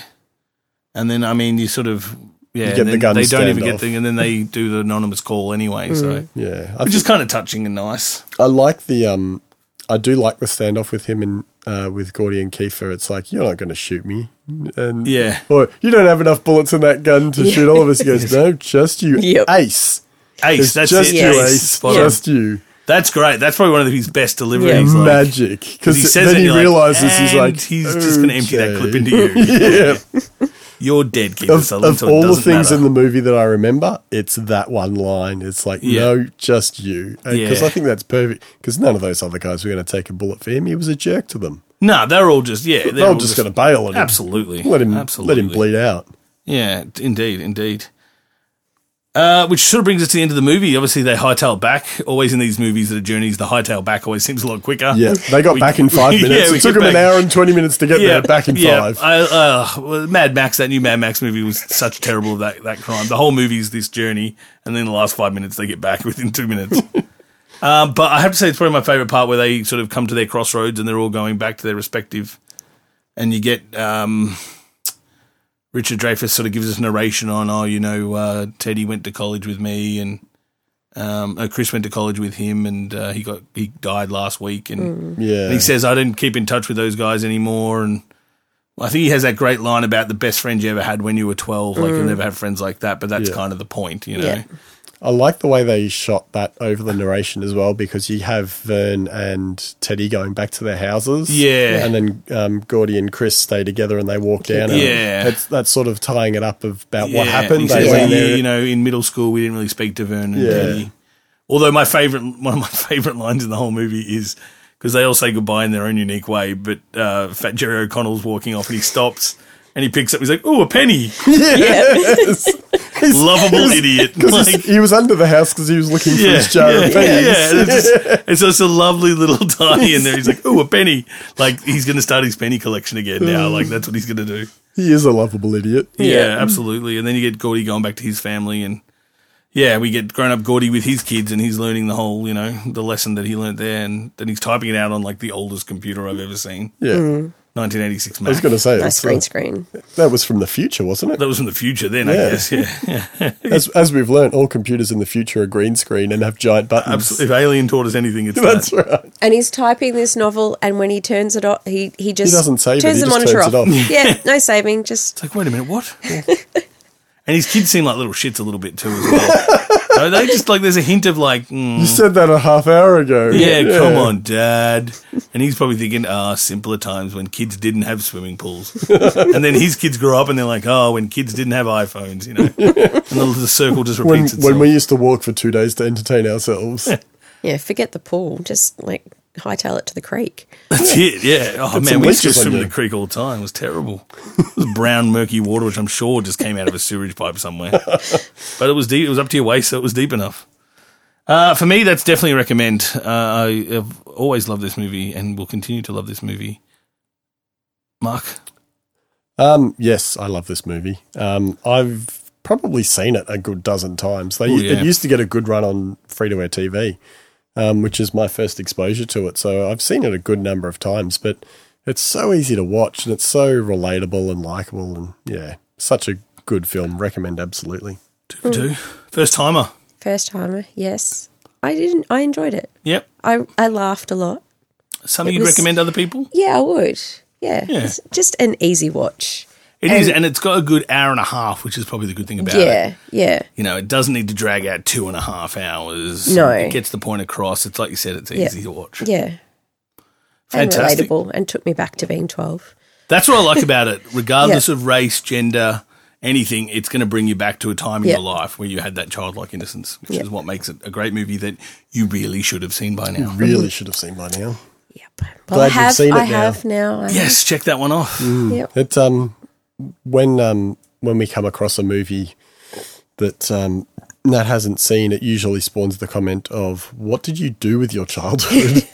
and then I mean you sort of yeah get and the then gun they don't even standoff. get the and then they do the anonymous call anyway. So Yeah. I which just is kind of touching and nice. I like the um I do like the standoff with him and uh, with Gordy and Kiefer. It's like you're not going to shoot me, and Yeah. or you don't have enough bullets in that gun to shoot all of us. He <laughs> goes, no, just you, Yep. Ace. Ace, It's that's just it. you, Yes. Ace. Ace. Spot on. Just you. That's great. That's probably one of his best Yeah. deliveries. like- Magic. Because he says then it, he you're like, realizes he's "And like, he's just going to empty that clip into you. <laughs> yeah. <laughs> You're dead, kid. Of, so of it all the doesn't things matter. in the movie that I remember, it's that one line. It's like, Yeah. no, just you. Because Yeah. I think that's perfect. Because none of those other guys were going to take a bullet for him. He was a jerk to them. no, they're all just yeah. They're, They're all just, going to bail on him. absolutely Let him, absolutely let him bleed out. Yeah, t- indeed, indeed. Uh, which sort of brings us to the end of the movie. Obviously, they hightail back. Always in these movies that are journeys, the hightail back always seems a lot quicker. <laughs> Yeah. They got We- back in five Yeah, minutes. we it took get them an back- hour and 20 minutes to get there. Back in yeah. five. I, uh, well, Mad Max, that new Mad Max movie was such terrible that that crime. The whole movie is this journey, and then the last five minutes they get back <laughs> within <laughs> two minutes. um, but I have to say, it's probably my favorite part where they sort of come to their crossroads and they're all going back to their respective, and you get. Um, Richard Dreyfuss sort of gives us narration on, oh, you know, uh, Teddy went to college with me, and um, uh, Chris went to college with him, and uh, he got he died last week, and yeah. and he says, I didn't keep in touch with those guys anymore. And I think he has that great line about the best friends you ever had when you were 12. Like, you'll never have friends like that. But that's Yeah. kind of the point, you know? Yeah. I like the way they shot that over the narration as well because you have Vern and Teddy going back to their houses. Yeah. And then um, Gordy and Chris stay together and they walk down. and Yeah. That's, that's sort of tying it up of about Yeah, what and happened. He They says, went "We- there- <laughs> you know, in middle school, we didn't really speak to Vern and Yeah. Teddy. Although my favorite, <laughs> one of my favorite lines in the whole movie is because they all say goodbye in their own unique way. But uh, Fat Jerry O'Connell's walking off and he stops and he picks up. He's like, "Oh, a penny, Yes. He's- lovable idiot." 'cause Like- he's- he was under the house because he was looking for his jar yeah, of pennies. Yeah, yeah. It's, just, it's just a lovely little tiny in there. He's like, oh, a penny. Like, he's going to start his penny collection again now. Like, that's what he's going to do. <laughs> He is a lovable idiot. Yeah, absolutely. And then you get Gordy going back to his family. And yeah, we get grown up Gordy with his kids and he's learning the whole, you know, the lesson that he learned there. And then he's typing it out on like the oldest computer I've ever seen Yeah. Mm. 1986 I was Mac. going to say, Nice that's green the- screen. that was from the future, wasn't it? that was from the future then, I Yeah. <laughs> guess. Yeah. yeah. As, as we've learned, all computers in the future are green screen and have giant buttons. Absolutely. If Alien taught us anything, it's <laughs> that. That's right. And he's typing this novel, and when he turns it off, he, he just doesn't save it, turns he the just monitor turns it off. off. <laughs> yeah, no saving, just It's like, wait a minute, what? <laughs> and his kids seem like little shits a little bit too as well. <laughs> so they just like there's a hint of like, mm, You said that a half hour ago. yeah, come on, dad. And he's probably thinking, ah, simpler times when kids didn't have swimming pools. and then his kids grow up and they're like, oh, when kids didn't have iPhones, you know. and the, the circle just When, repeats itself. when we used to walk for two days to entertain <laughs> ourselves. yeah, forget the pool, just like hightail it to the creek. That's it, yeah. Oh Put man, some we used to leeches on swim in you. the creek all the time. It was terrible. It was brown, murky water, which I'm sure just came out of a sewage <laughs> pipe somewhere. but it was deep. It was up to your waist, so it was deep enough. Uh, for me, that's definitely a recommend. Uh, I have always loved this movie and will continue to love this movie. Mark, Um, yes, I love this movie. Um, I've probably seen it a good dozen times. They, Ooh, yeah. It used to get a good run on free to air TV, um, which is my first exposure to it. So I've seen it a good number of times, but it's so easy to watch and it's so relatable and likable. And yeah, such a good film. Recommend absolutely. two for two, Hmm. first timer. First timer, yes. I didn't. I enjoyed it. Yep, I I laughed a lot. something It you'd was- recommend other people. Yeah, I would. Yeah, Yeah. It's just an easy watch. It is, and it's got a good hour and a half, which is probably the good thing about it. yeah, yeah. you know, it doesn't need to drag out two and a half hours. No. It gets the point across. It's like you said, it's easy to watch. Yeah. Fantastic. And relatable and took me back to being 12. That's what I <laughs> like about it. Regardless of race, gender, anything, it's going to bring you back to a time in Yeah. your life where you had that childlike innocence, which Yeah. is what makes it a great movie that you really should have seen by now. Really should have seen by now. Yep. Well, I you've have, seen it I now. have now. I Yes, check that one off. Yep. It um when um when we come across a movie that um Nat hasn't seen, it <laughs> <laughs> usually spawns the comment of "What did you do with your childhood?"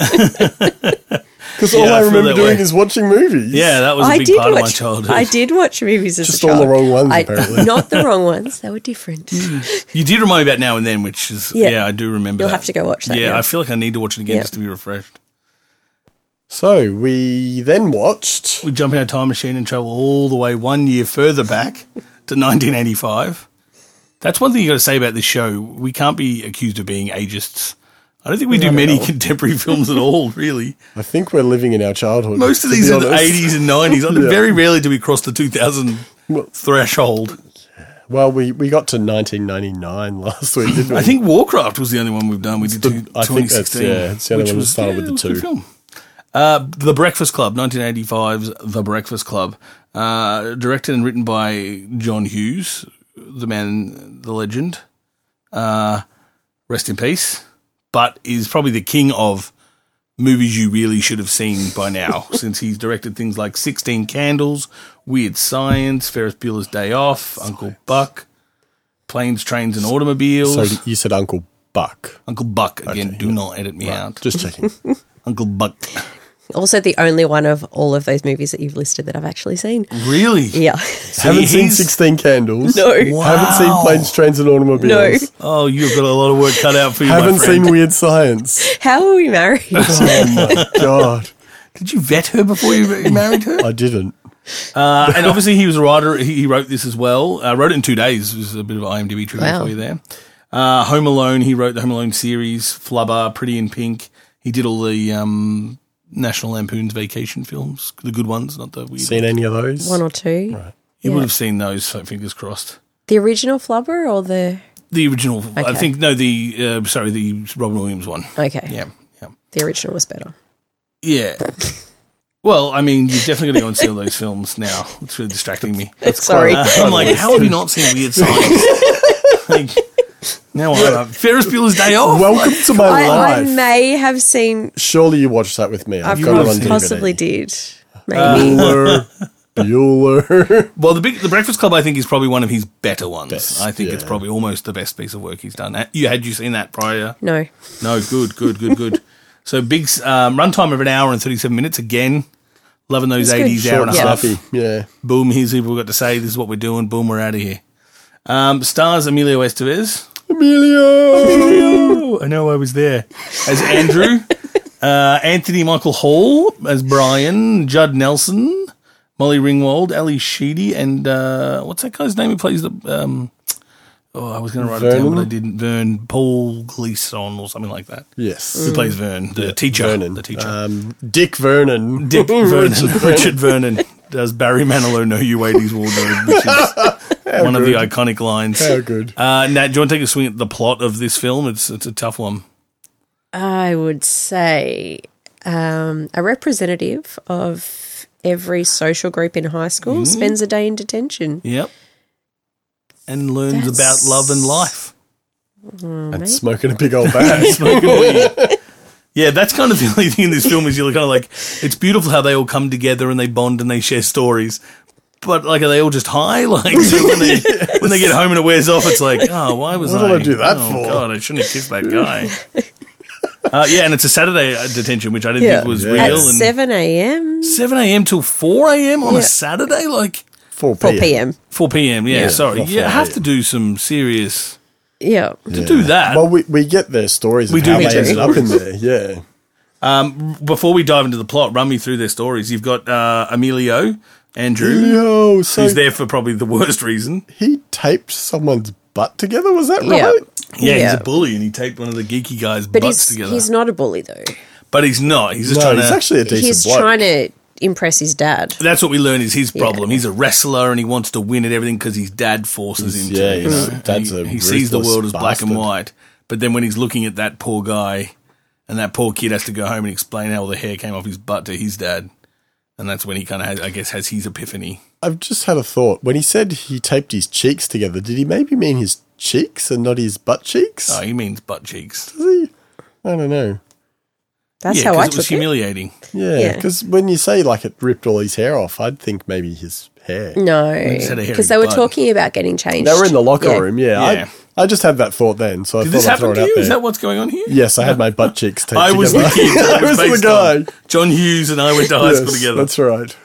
Because all Yeah, I I feel remember that doing way. is watching movies. Yeah, that was a I big did part watch. of my childhood. I did watch movies as Just a all child. the wrong ones, I- apparently. <laughs> not the wrong ones. They were different. <laughs> You did remind me about now and then, which is yeah, Yeah. I do remember. You'll that. have to go watch that Yeah, now. I feel like I need to watch it again Yeah. just to be refreshed. So we then watched. We jump in our time machine and travel all the way one year further back to 1985. That's one thing you got to say about this show. We can't be accused of being ageists. I don't think we do many contemporary films at all, really. I think we're living in our childhood. <laughs> Most of to these be are the honest. 80s and 90s. Like, Very rarely do we cross the 2000 Well- threshold. Well, we, we got to 1999 <laughs> last week, didn't we? I think Warcraft was the only one we've done. We did the- two, I think that's- 2016. yeah, it's the only which one that started with it the was a good two. film. Uh, the Breakfast Club, 1985's The Breakfast Club, uh, directed and written by John Hughes, the man, the legend. Uh, rest in peace, but is probably the king of movies you really should have seen by now, <laughs> since he's directed things like 16 Candles, Weird Science, Ferris Bueller's Day Off, Uncle Buck, Planes, Trains, and Automobiles. so you said Uncle Buck. Uncle Buck again. do not edit me out. Just <laughs> checking. Uncle Buck. Also, the only one of all of those movies that you've listed that I've actually seen. Really? <laughs> Yeah. <laughs> Haven't seen he's- 16 Candles. No. Haven't seen Wow. Planes, Trains, and no. Automobiles. Oh, you've got a lot of work cut out for you. my Haven't friend. seen Weird <laughs> Science. How are we married? Oh my God. Did you vet her before you you <laughs> married her? I didn't. Uh, and obviously, he was a writer. He, he wrote this as well. Uh, wrote it in two days. It was a bit of an IMDb trivia Wow. for you there. Uh, Home Alone. He wrote the Home Alone series, Flubber, Pretty in Pink. He did all the um, National Lampoon's Vacation films, the good ones, not the weird. Seen any of those? One or two. You yeah. would have seen those. So fingers crossed. The original Flubber or the The original, I Okay. think. No, the uh, sorry, the Robin Williams one. okay? Yeah, yeah. The original was better. Yeah. Well, I mean, you've definitely got to go and see all those films now. It's really distracting me. Sorry. Uh, I'm like, how have you not seen Weird Science? like, now I'm up. Ferris Bueller's Day Off. Welcome to my I, I life. may have seen. Surely you watched that with me. I I've got it on DVD. possibly did. Uh, Maybe. Bueller. <laughs> Bueller. Well, the big, the Breakfast Club, I think, is probably one of his better ones. Best, I think yeah. it's probably almost the best piece of work he's done. Ha- You had you seen that prior? no. No, good, good, good, good. <laughs> so big s- um, runtime of an hour and thirty-seven minutes again. Loving those That's good. eighties hour Short and a and Yeah. half. snappy. Yeah. Boom, here's what we've got to say. This is what we're doing. Boom, we're out of here. Um, stars Emilio Estevez. <laughs> Emilio. Oh, I know I was there. As Andrew, uh, Anthony Michael Hall as Brian, Judd Nelson, Molly Ringwald, Ali Sheedy, and uh, what's that guy's name who plays the. Um, oh, I was going to write it down, but I Vernon? didn't. Vern, Paul Gleason or something like that. Yes. Who plays Vern? The teacher. Vernon. The teacher. Um, Dick Vernon. <laughs> Dick Vernon, <laughs> Richard Vernon. Does Barry Manilow know you 80s <laughs> wardrobe? Which is one of the iconic lines. How <laughs> good. Uh, Nat, do you want to take a swing at the plot of this film? It's it's a tough one. I would say um, a representative of every social group in high school Mm. spends a day in detention. Yep. And learns That's- about love and life. And smoking a big old <laughs> bag. Yeah, that's kind of the only thing in this film is you're kind of like, it's beautiful how they all come together and they bond and they share stories. But like, are they all just high? <laughs> Like so when they when they get home and it wears off, it's like, oh, why was What I? did I do that oh, for?" God, I shouldn't have kissed that guy. uh, yeah, and it's a Saturday uh, detention, which I didn't Yeah. think was Yeah. real. At and 7 a.m., seven a.m. till four a.m. on Yeah. a Saturday, like 4 4 p.m. p.m. four p.m. Yeah, Yeah, sorry, not you 4 have a.m.. to do some serious Yeah. to do that. Well, we, we get their stories. We of do How get they their ended up in there. <laughs> Yeah. before we dive into the plot, run me through their stories. You've got uh, Emilio, Andrew, Yo, so who's there for probably the worst reason. he taped someone's butt together. Was that Yeah. right? Yeah, Yeah. he's a bully, and he taped one of the geeky guys' But butts he's, together. he's not a bully, though. but he's not. He's just No, trying he's to. actually a decent He's bloke. trying to impress his dad. that's what we learn is his problem. He's a wrestler and he wants to win at everything because his dad forces him yeah, to. You his know? dad's he, a he sees the ruthless world as black and bastard. white, but then when he's looking at that poor guy, and that poor kid has to go home and explain how all the hair came off his butt to his dad, and that's when he kind of, I guess, has his epiphany. I've just had a thought. When he said he taped his cheeks together, did he maybe mean his cheeks and not his butt cheeks? Oh, he means butt cheeks. Does he? I don't know. That's yeah, how I it was took it. humiliating. Yeah, Yeah. because when you say like it ripped all his hair off, I'd think maybe his hair. No. just had a hairy Because they were butt. talking about getting changed. They were in the locker Yeah. room. Yeah, Yeah. I, I just had that thought then, so I Did thought this I'd throw happen it to out you? there. Is that what's going on here? <laughs> yes, I had my butt cheeks taped I was <laughs> the together. <laughs> kid. that I was based the on. guy. John Hughes and I went to high school Yes, together. That's right.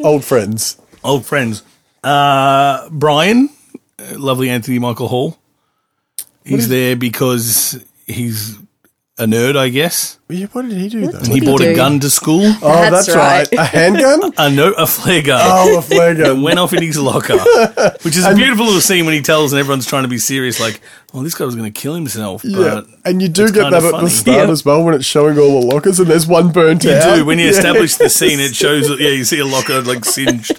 Old friends. Old friends. Uh, Brian, uh, lovely Anthony Michael Hall. He's there because he's a nerd, I guess. Yeah, What did he do though? He he bought a do? gun to school. oh, that's That's right. right. A <laughs> handgun? A no, a flare gun. oh, a flare and gun. went off in his locker, which <laughs> is a beautiful little scene when he tells and everyone's trying to be serious, like, "Oh, this guy was going to kill himself." Yeah. But And you do it's get kinda that at funny. the start Yeah. as well when it's showing all the lockers and there's one burnt you out. do when you Yeah. establish <laughs> the scene, it shows that yeah, you see a locker like singed,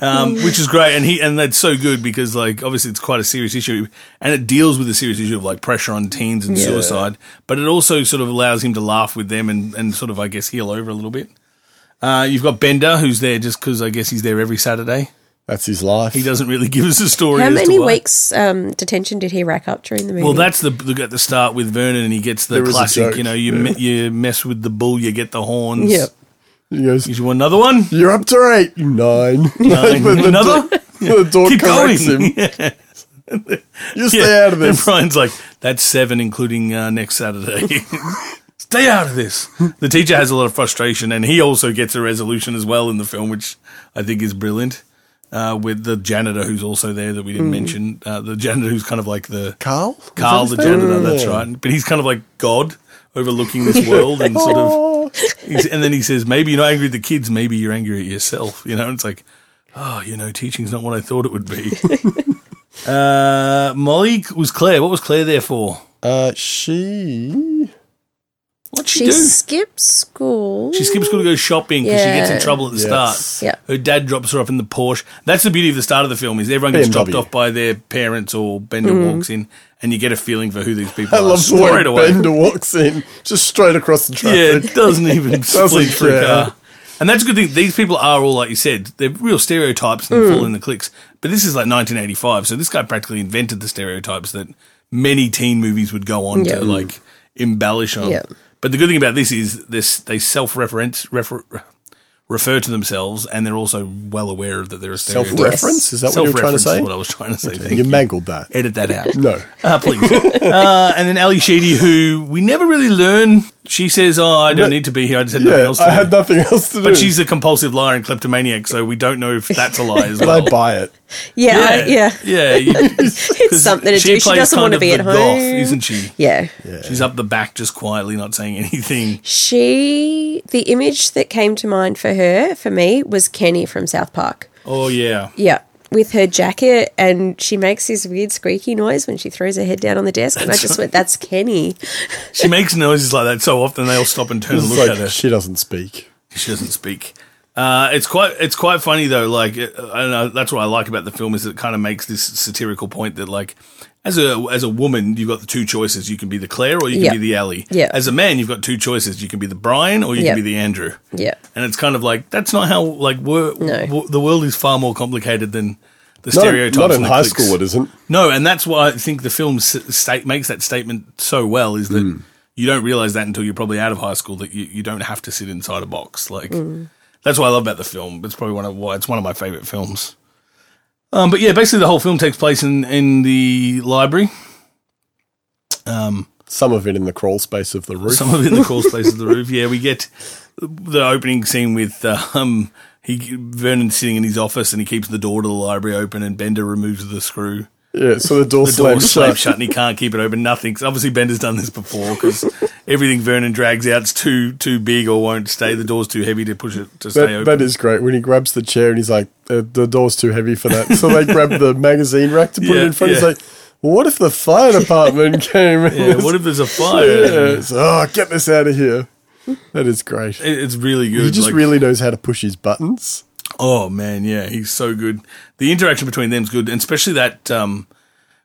um, which is great, and he and that's so good because like obviously it's quite a serious issue, and it deals with the serious issue of like pressure on teens and suicide, but it also sort of allows him to laugh with them and and sort of I guess heal over a little bit. Uh, you've got Bender, who's there just because I guess he's there every Saturday. That's his life. He doesn't really <laughs> give us a story. How as to many why. weeks um, detention did he rack up during the movie? Well, that's the, the at the start with Vernon, and he gets the There is a classic. joke, You know, you me, you mess with the bull, you get the horns. Yep. He goes, Gives you another one. You're up to eight. Nine. <laughs> Nine. Another? The door Keep corrects <laughs> going. him. You stay out of And this. Brian's like, that's seven, including uh, next Saturday. <laughs> Stay out of this. The teacher has a lot of frustration, and he also gets a resolution as well in the film, which I think is brilliant. Uh, with the janitor who's also there that we didn't mention, uh, the janitor who's kind of like the Carl? Hmm. Is Carl that the his name? janitor, that's Yeah. right. But he's kind of like God overlooking this world and sort of <laughs> Oh, He's, and then he says, maybe you're not angry at the kids, maybe you're angry at yourself. You know, and it's like, oh, you know, teaching's not what I thought it would <laughs> be. uh, Molly was Claire. What was Claire there for? uh, she. What'd she she do? skips school. She skips school to go shopping because she gets in Yeah. trouble at the Yes. start. Yeah. Her dad drops her off in the Porsche. That's the beauty of the start of the film is everyone gets dropped BMW. off by their parents or Bender Mm. walks in and you get a feeling for who these people I are love the way Uh, straight away. Bender walks in, just straight across the Yeah, traffic. <laughs> it doesn't even split for a care. car. And that's a good thing. These people are all, like you said, they're real stereotypes and they Mm. fall in the clicks. But this is like 1985, so this guy practically invented the stereotypes that many teen movies would go on Yeah. to like embellish on. Yeah. But the good thing about this is this they self reference refer, refer to themselves, and they're also well aware that they're a stereotype. Self-reference? Is that what you were trying to Self-reference say? Is what I was trying to say. Thank you you. mangled that. Edit that out. No. Uh, <laughs> please. uh, and then Ali Sheedy, who we never really learn. She says, "Oh, I don't need to be here. I just had nothing Yeah, else to I do." had nothing else to do. but she's a compulsive liar and kleptomaniac, so we don't know if that's a lie <laughs> as But I well. buy it. yeah, I- yeah. <laughs> yeah. <laughs> you- 'cause It's something to she do. She plays doesn't kind want to of be the at home, goth, isn't she? Yeah. She's up the back, just quietly, not saying <laughs> anything. She, the image that came to mind for her, for me, was Kenny from South Park. Oh yeah, Yeah. With her jacket, and she makes this weird squeaky noise when she throws her head down on the desk. and I just went, That's Kenny. she makes noises like that so often they all stop and turn and It's look like, at her. she doesn't speak. She doesn't speak. Uh, it's quite it's quite funny though. Like uh, I don't know. That's what I like about the film is it kind of makes this satirical point that like as a as a woman you've got the two choices. You can be the Claire or you can Yeah. be the Ellie. Yeah. As a man you've got two choices. You can be the Brian or you Yeah. can be the Andrew. Yeah. And it's kind of like that's not how like we're, No. w- the world is far more complicated than the Not, in- stereotypes. not in and the high cliques. school, it isn't. No, and that's why I think the film s- state makes that statement so well is that you don't realize that until you're probably out of high school that you, you don't have to sit inside a box. Like that's what I love about the film. It's probably one of why it's one of my favorite films. Um, but yeah, basically the whole film takes place in in the library. Some of it in the crawl space of the roof. Some of it in the crawl space of the roof. Yeah, we get the opening scene with um, he Vernon's sitting in his office and he keeps the door to the library open and Bender removes the screw. <laughs> yeah, so the door the door slams slams shut. shut and he can't keep it open. Nothing. 'Cause Obviously, Bender's done this <laughs> before because everything Vernon drags out is too too big or won't stay. The door's too heavy to push it to stay That, open. that is great. When he grabs the chair and he's like, uh, the door's too heavy for that. So they grab <laughs> the magazine rack to put Yeah, it in front. He's yeah. like, well, what if the <laughs> fire department came? and yeah, was- <laughs> what if there's a Yeah, fire? it's, oh, get this out of here. That is great. It- It's really good. He just like- really knows how to push his buttons. Oh man, yeah, he's so good. The interaction between them's good, and especially that um,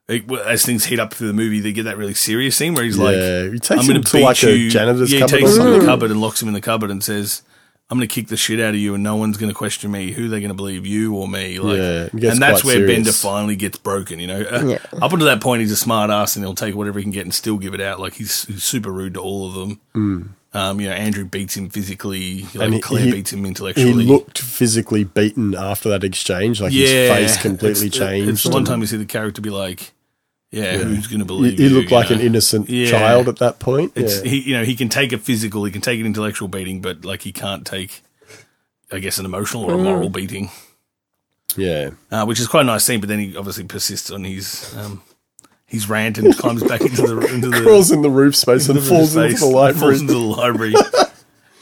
it- as things heat up through the movie, they get that really serious scene where he's like, Yeah, he takes "I'm going him to to, beat like, a you." janitor's yeah, he cupboard or takes him to the something. cupboard and locks him in the cupboard and says. I'm going to kick the shit out of you, and no one's going to question me. Who are they going to believe, you or me? Like, Yeah, it gets and that's quite where serious. Bender finally gets broken. You know, Uh, <laughs> up until that point, he's a smart ass, and he'll take whatever he can get and still give it out. Like he's, he's super rude to all of them. Um, you know, Andrew beats him physically, like Hmm. he- Claire he- beats him intellectually. He looked physically beaten after that exchange. Like his face completely it's- changed. It's the one time you see the character be like, Yeah, who's going to You, believe you look like know? an innocent Yeah. child at that point. It's yeah. he, you know, he can take a physical, he can take an intellectual beating, but like he can't take, I guess, an emotional or a moral beating, yeah. uh, which is quite a nice scene. But then he obviously persists on his um, his rant and climbs back into the into the Crawls in the roof space into and the falls space, into the library. Falls into the library.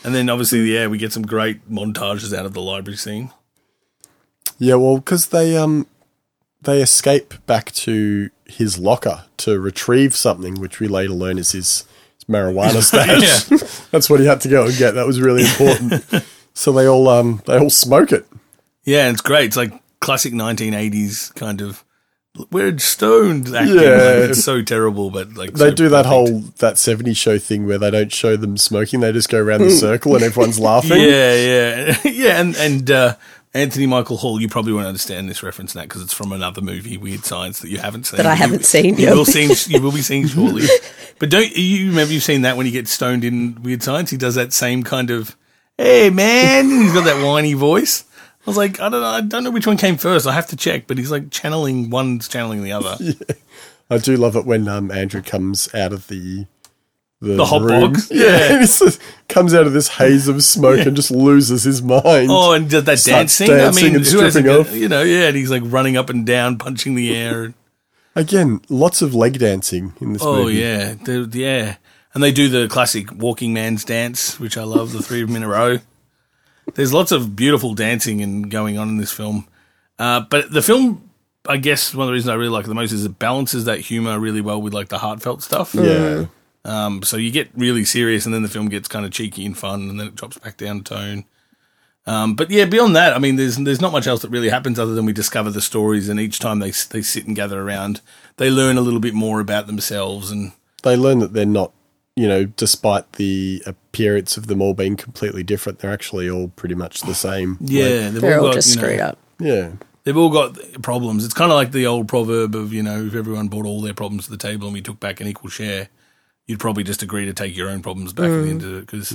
And then obviously, yeah, we get some great montages out of the library scene. Yeah, well, because they um they escape back to his locker to retrieve something, which we later learn is his, his <laughs> marijuana stash. <laughs> That's what he had to go and get. That was really <laughs> important. so they all um they all smoke it. Yeah, it's great. It's like classic 1980s kind of we're stoned acting. Like, Yeah. it's so terrible, but like They so do that perfect. whole that seventy show thing where they don't show them smoking. They just go <laughs> around the circle and everyone's laughing. Yeah, yeah, <laughs> yeah, and and uh, Anthony Michael Hall. You probably won't understand this reference now because it's from another movie, Weird Science, that you haven't seen. That I haven't you, seen You yet. will seeing, <laughs> you will be seeing shortly. But don't you remember you've seen that when he gets stoned in Weird Science? He does that same kind of hey man. He's got that whiny voice. I was like, I don't know, I don't know which one came first. I have to check, but he's like channeling one's channeling the other. I do love it when um Andrew comes out of the the, hot room. box? <laughs> Yeah, he just comes out of this haze of smoke and just loses his mind. Oh, and does that Starts dancing? dancing I mean, and who hasn't stripping done- off. you know, yeah, and he's like running up and down, punching the air. and- Again, lots of leg dancing in this Oh movie. yeah, The- yeah, and they do the classic walking man's dance, which I love. the three of them in a row. There's lots of beautiful dancing and going on in this film, uh, but the film, I guess, one of the reasons I really like it the most is it balances that humor really well with like the heartfelt stuff. Yeah. Um, so you get really serious, and then the film gets kind of cheeky and fun, and then it drops back down tone. Um, but yeah, beyond that, I mean, there's there's not much else that really happens other than we discover the stories, and each time they s- they sit and gather around, they learn a little bit more about themselves and They learn that they're not, you know, despite the appearance of them all being completely different, they're actually all pretty much the <sighs> same. Like, yeah, they've They're all got, just you know, screwed up. yeah. They've all got problems. It's kind of like the old proverb of you know, if everyone brought all their problems to the table and we took back an equal share, you'd probably just agree to take your own problems back at the end of it because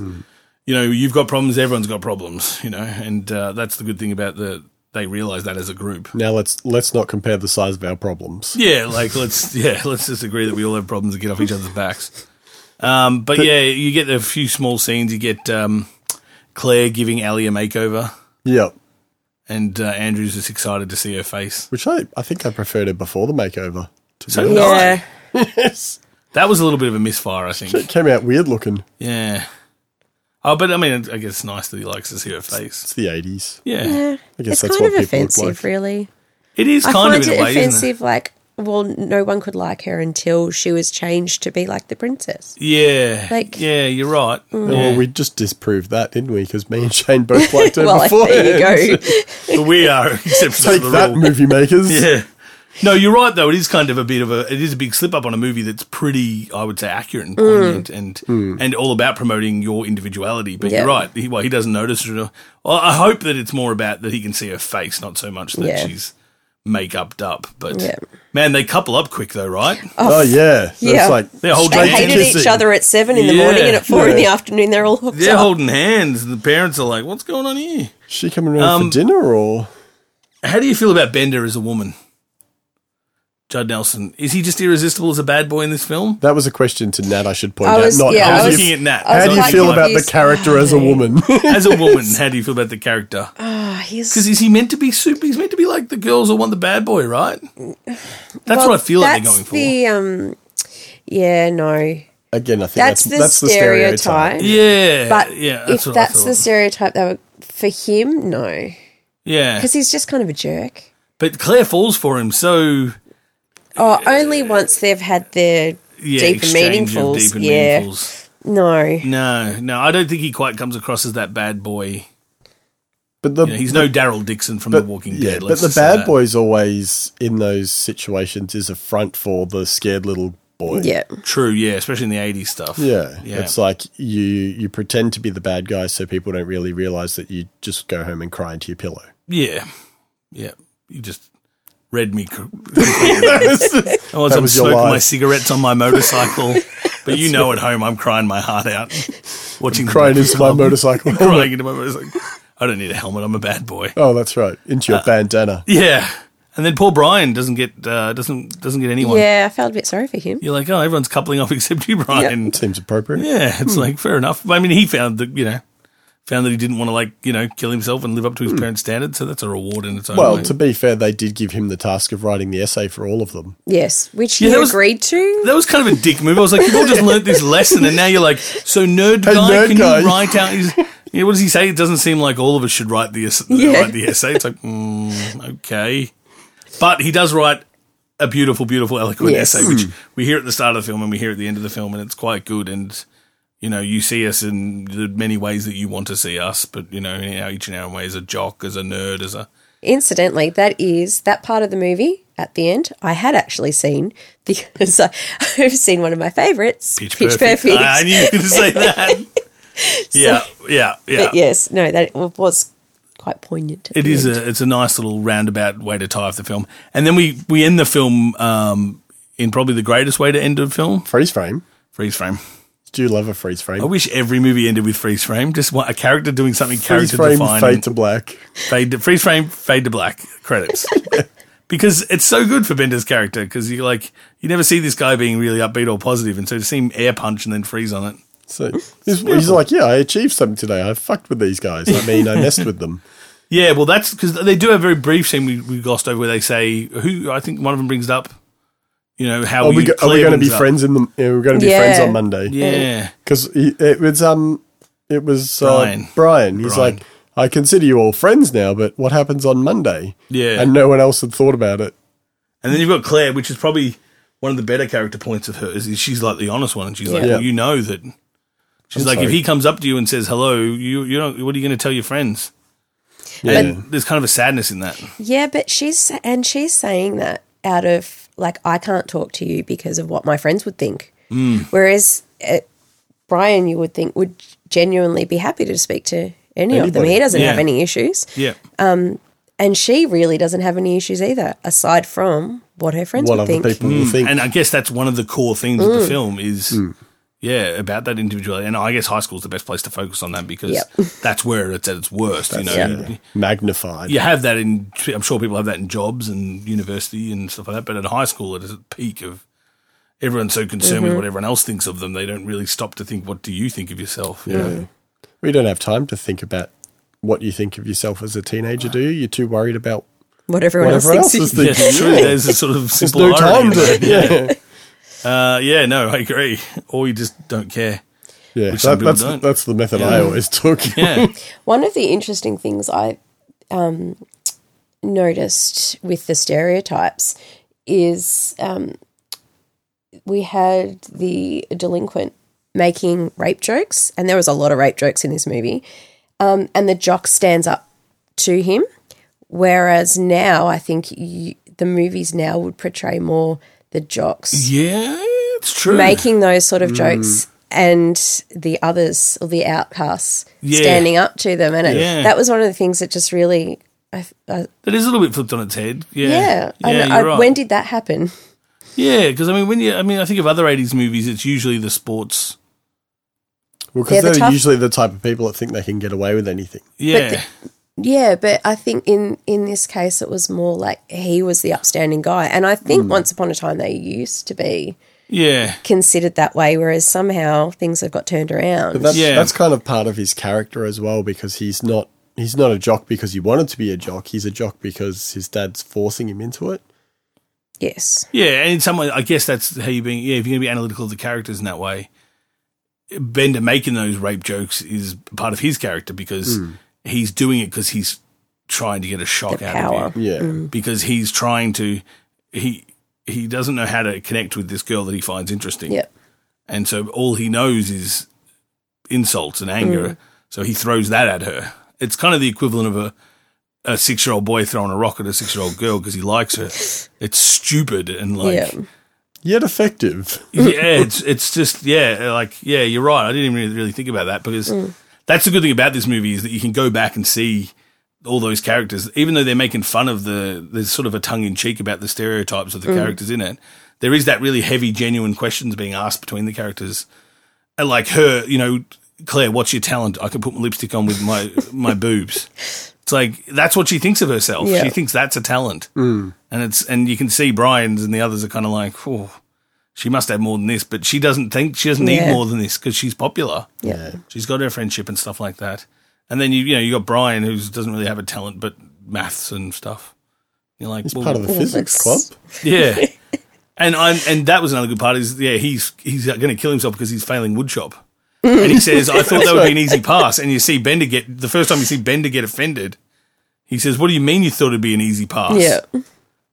you know you've got problems, everyone's got problems, you know, and uh, that's the good thing about the they realize that as a group. Now let's let's not compare the size of our problems. Yeah, like let's <laughs> yeah, let's just agree that we all have problems and get off each other's backs. Um, but yeah, you get a few small scenes. You get um, Claire giving Ellie a makeover, Yeah. and uh, Andrew's just excited to see her face. Which I, I think I preferred it before the makeover. To So be did honest. I. Yeah. Yes. That was a little bit of a misfire, I think. <laughs> It came out weird looking. Yeah. Oh, but I mean, I guess it's nice that he likes to see her face. It's the eighties. Yeah. I guess it's that's kind what of people look offensive, like. really. It is I kind find of in it a way, isn't it? offensive. Like, well, no one could like her until she was changed to be like the princess. Yeah. Like- mm. yeah, you're right. Well, we just disproved that, didn't we? Because me and Shane <laughs> both liked it well, like, before. <laughs> there <laughs> you go. But we are <laughs> exceptions to Take the that, rule. movie makers. Yeah. No, you're right though. It is kind of a bit of a it is a big slip up on a movie that's pretty, I would say, accurate and Mm. poignant and Mm. and all about promoting your individuality. But Yeah. you're right. He, well, he doesn't notice. it. Well, I hope that it's more about that he can see her face, not so much that Yeah. she's make upped up. But Yeah. man, they couple up quick though, right? Oh yeah. Yeah. It's like They're holding straight They to hands. hated each kissing. other at seven in the Yeah. morning and at four in Yeah. the afternoon. They're all hooked They're up. holding hands. The parents are like, "What's going on here?" She coming around Um, for dinner or How do you feel about Bender as a woman? Judd Nelson is he just irresistible as a bad boy in this film? that was a question to Nat I should point I out. was- not yeah, how I do was you- looking at Nat. I how was do you like feel about the confused. character as a woman? <laughs> as a <laughs> woman? How do you feel about the character? Oh, he's- Because is he meant to be super? He's meant to be like the girls or want the bad boy, right? That's well, what I feel like they're that's going for. The, um, yeah, no. Again, I think that's That's, the that's the stereotype. stereotype. yeah, But yeah, if what I that's thought. the stereotype that were for him, no. yeah. Because he's just kind of a jerk. But Claire falls for him, so Oh, only once they've had their yeah, deep and exchange of meaningfuls. deep and yeah. meaningfuls. No. No, no, I don't think he quite comes across as that bad boy. But the You know, he's no Daryl Dixon from The Walking yeah, Dead. but let's the just say bad that. boys always in those situations is a front for the scared little boy. Yeah. True, yeah, especially in the '80s stuff. Yeah. yeah, It's like you you pretend to be the bad guy so people don't really realize that you just go home and cry into your <laughs> pillow. <laughs> yeah, yeah. You just read <laughs> me. cr- That's- I was, I'm was your smoking life. my cigarettes on <laughs> my motorcycle, but you know, at home, I'm crying my heart out, watching crying <laughs> the into my motorcycle. crying into my motorcycle. I don't need a helmet. I'm a bad boy. Uh, Oh, that's right. Into your bandana. Yeah. And then poor Brian doesn't get uh, doesn't doesn't get anyone. Yeah, I felt a bit sorry for him. You're like, oh, everyone's coupling off <laughs> except you, Brian. Seems appropriate. Yeah, it's like fair enough. I mean, he found that you know found that he didn't want to like you know kill himself and live up to his parents' standards. So that's a reward in its own Well, way. to be fair, they did give him the task of writing the essay for all of them. Yes, which Yeah, he that was- agreed to. that was kind of a dick move. I was like, you've all just learnt this lesson, and now you're like, so nerd guy, nerd can guy. you write out? His, yeah, what does he say? It doesn't seem like all of us should write the essay. Yeah. Write the essay. It's like, mm, okay, but he does write a beautiful, beautiful, eloquent Yes. essay, Mm. which we hear at the start of the film and we hear at the end of the film, and it's quite good. And you know, you see us in the many ways that you want to see us, but you know, in our, each in our own way, as a jock, as a nerd, as a Incidentally, that is that part of the movie at the end. I had actually seen <laughs> because I, I've seen one of my favorites, pitch, perfect. Ah, I knew you were going to say that. yeah, yeah, yeah. But yes, no, that was quite poignant. at It the is end. a it's a nice little roundabout way to tie off the film, and then we we end the film um, in probably the greatest way to end a film: Freeze frame. freeze frame. Do you love a freeze frame? I wish every movie ended with freeze frame. Just one, a character doing something freeze character frame, defining. fade to black. Fade to, freeze frame, fade to black, <laughs> credits. because it's so good for Bender's character because you like you never see this guy being really upbeat or positive, and so to see him air punch and then freeze on it. So he's, he's like, yeah, I achieved something today. I fucked with these guys. I mean, I messed with <laughs> them. Yeah, well, that's because they do have a very brief scene we, we glossed over where they say who I think one of them brings it up. You know how Are we, you go- are we clear going to ones be up. friends in the? Yeah, we're going to be Yeah. friends on Monday. Yeah, because it was um, it was uh, Brian. Brian. He's Brian. like, I consider you all friends now, but what happens on Monday? Yeah. and no one else had thought about it. and then you've got Claire, which is probably one of the better character points of hers. Is she's like the honest one, and she's like, Yeah. well, you know that. She's I'm like, if sorry. he comes up to you and says hello, you you don't. What are you going to tell your friends? Yeah, And there's kind of a sadness in that. Yeah, but she's and she's saying that out of like I can't talk to you because of what my friends would think. Mm. Whereas uh, Brian, you would think would genuinely be happy to speak to any of them. Anybody. He doesn't have Yeah. any issues, Yeah, and she really doesn't have any issues either, aside from what her friends what would other think. people will think? Mm. Mm. and uh, I guess that's one of the core things of Mm. the film is. Yeah, about that individuality, and I guess high school's the best place to focus on that because Yep. that's where it's at its worst. you know, yeah. Magnified. you have that in i'm sure people have that in jobs and university and stuff like that but at high school it is at the peak of everyone's so concerned with what everyone else thinks of them they don't really stop to think what do you think of yourself you know? We don't have time to think about what you think of yourself as a teenager. Do you? You're too worried about What everyone what else everyone thinks. else <laughs> is yeah, thinking. it's true. There's a sort of There's simple no time irony. in to. <laughs> that. Yeah, Uh, yeah, no, I agree. Or you just don't care. yeah. Which some That- people that's don't. that's the method I always took. Yeah, One of the interesting things I um, noticed with the stereotypes is um, we had the delinquent making rape jokes, and there was a lot of rape jokes in this movie. Um, and the jock stands up to him, whereas now I think you, the movies now would portray more the jocks yeah, it's true. making those sort of Hmm. jokes and the others or the outcasts Yeah. standing up to them. And it, Yeah. that was one of the things that just really, I, I, that is a little bit flipped on its head. Yeah, yeah. I yeah know- I- you're right. When did that happen? yeah, because I mean, when you, I mean, I think of other '80s movies, it's usually the sports. <laughs> Well, Yeah, because the they're tough- usually the type of people that think they can get away with anything. Yeah, Yeah, but I think in in this case it was more like he was the upstanding guy, and I think Hmm. once upon a time they used to be yeah. considered that way, whereas somehow things have got turned around. But that's Yeah. that's kind of part of his character as well because he's not he's not a jock because he wanted to be a jock. He's a jock because his dad's forcing him into it. yes, Yeah, and in some way, I guess that's how you being. Yeah, if you're going to be analytical of the characters in that way, Bender making those rape jokes is part of his character because Hmm. he's doing it because he's trying to get a shock the out power. of you. Yeah. Because he's trying to he he doesn't know how to connect with this girl that he finds interesting. Yep. And so all he knows is insults and Hmm. anger. So he throws that at her. It's kind of the equivalent of a, a six year old boy throwing a rock at a six year old girl because he likes her. It's stupid and like, yeah. yeah. Yet effective. it's, it's just, yeah, like, yeah, you're right. I didn't even really, really think about that because that's the good thing about this movie is that you can go back and see all those characters, even though they're making fun of the, there's sort of a tongue in cheek about the stereotypes of the characters in it. There is that really heavy, genuine questions being asked between the characters Uh, and like her, you know, Claire, what's your talent? I can put my lipstick on with my my boobs. It's like that's what she thinks of herself. Yeah. She thinks that's a talent, mm. and it's and you can see Brian's and the others are kind of like, oh, she must have more than this, but she doesn't think she doesn't need Yeah. more than this because she's popular. Yeah. She's got her friendship and stuff like that. And then you you know you got Brian who doesn't really have a talent but maths and stuff. You're like He's well, part of the Well, physics club. <laughs> that's- yeah. <laughs> And I'm, and that was another good part is yeah he's he's going to kill himself because he's failing woodshop, and <laughs> he says I thought that would be an easy pass, and you see Bender get the first time you see Bender get offended, he says what do you mean you thought it'd be an easy pass? Yeah.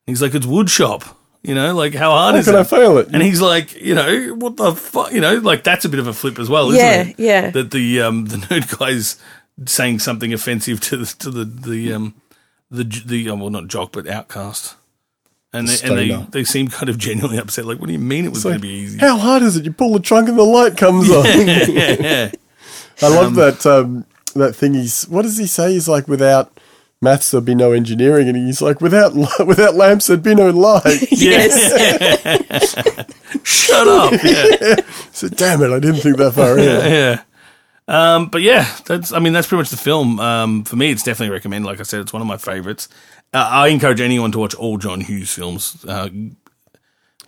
he's like it's woodshop, you know like how hard How is can it? I fail it? and he's like you know what the fuck you know like that's a bit of a flip as well, isn't Yeah, it? yeah. That the um the <laughs> nerd guy's saying something offensive to the to the the um the j- the um, well not jock but outcast. And they, and Stoner. they, they seem kind of genuinely upset. Like, what do you mean it was going to be easy? <laughs> How hard is it? You pull the trunk and the light comes on. yeah. I love that um, that thing. He's what does he say? He's like without maths there'd be no engineering, and he's like without <laughs> li- without lamps there'd be no <laughs> light. Yes. Shut <laughs> up. Yeah. so damn it, I didn't think that far in. yeah. Um, but yeah, that's, I mean, that's pretty much the film. Um, for me, it's definitely recommend. Like I said, it's one of my favorites. Uh, I encourage anyone to watch all John Hughes films. Uh,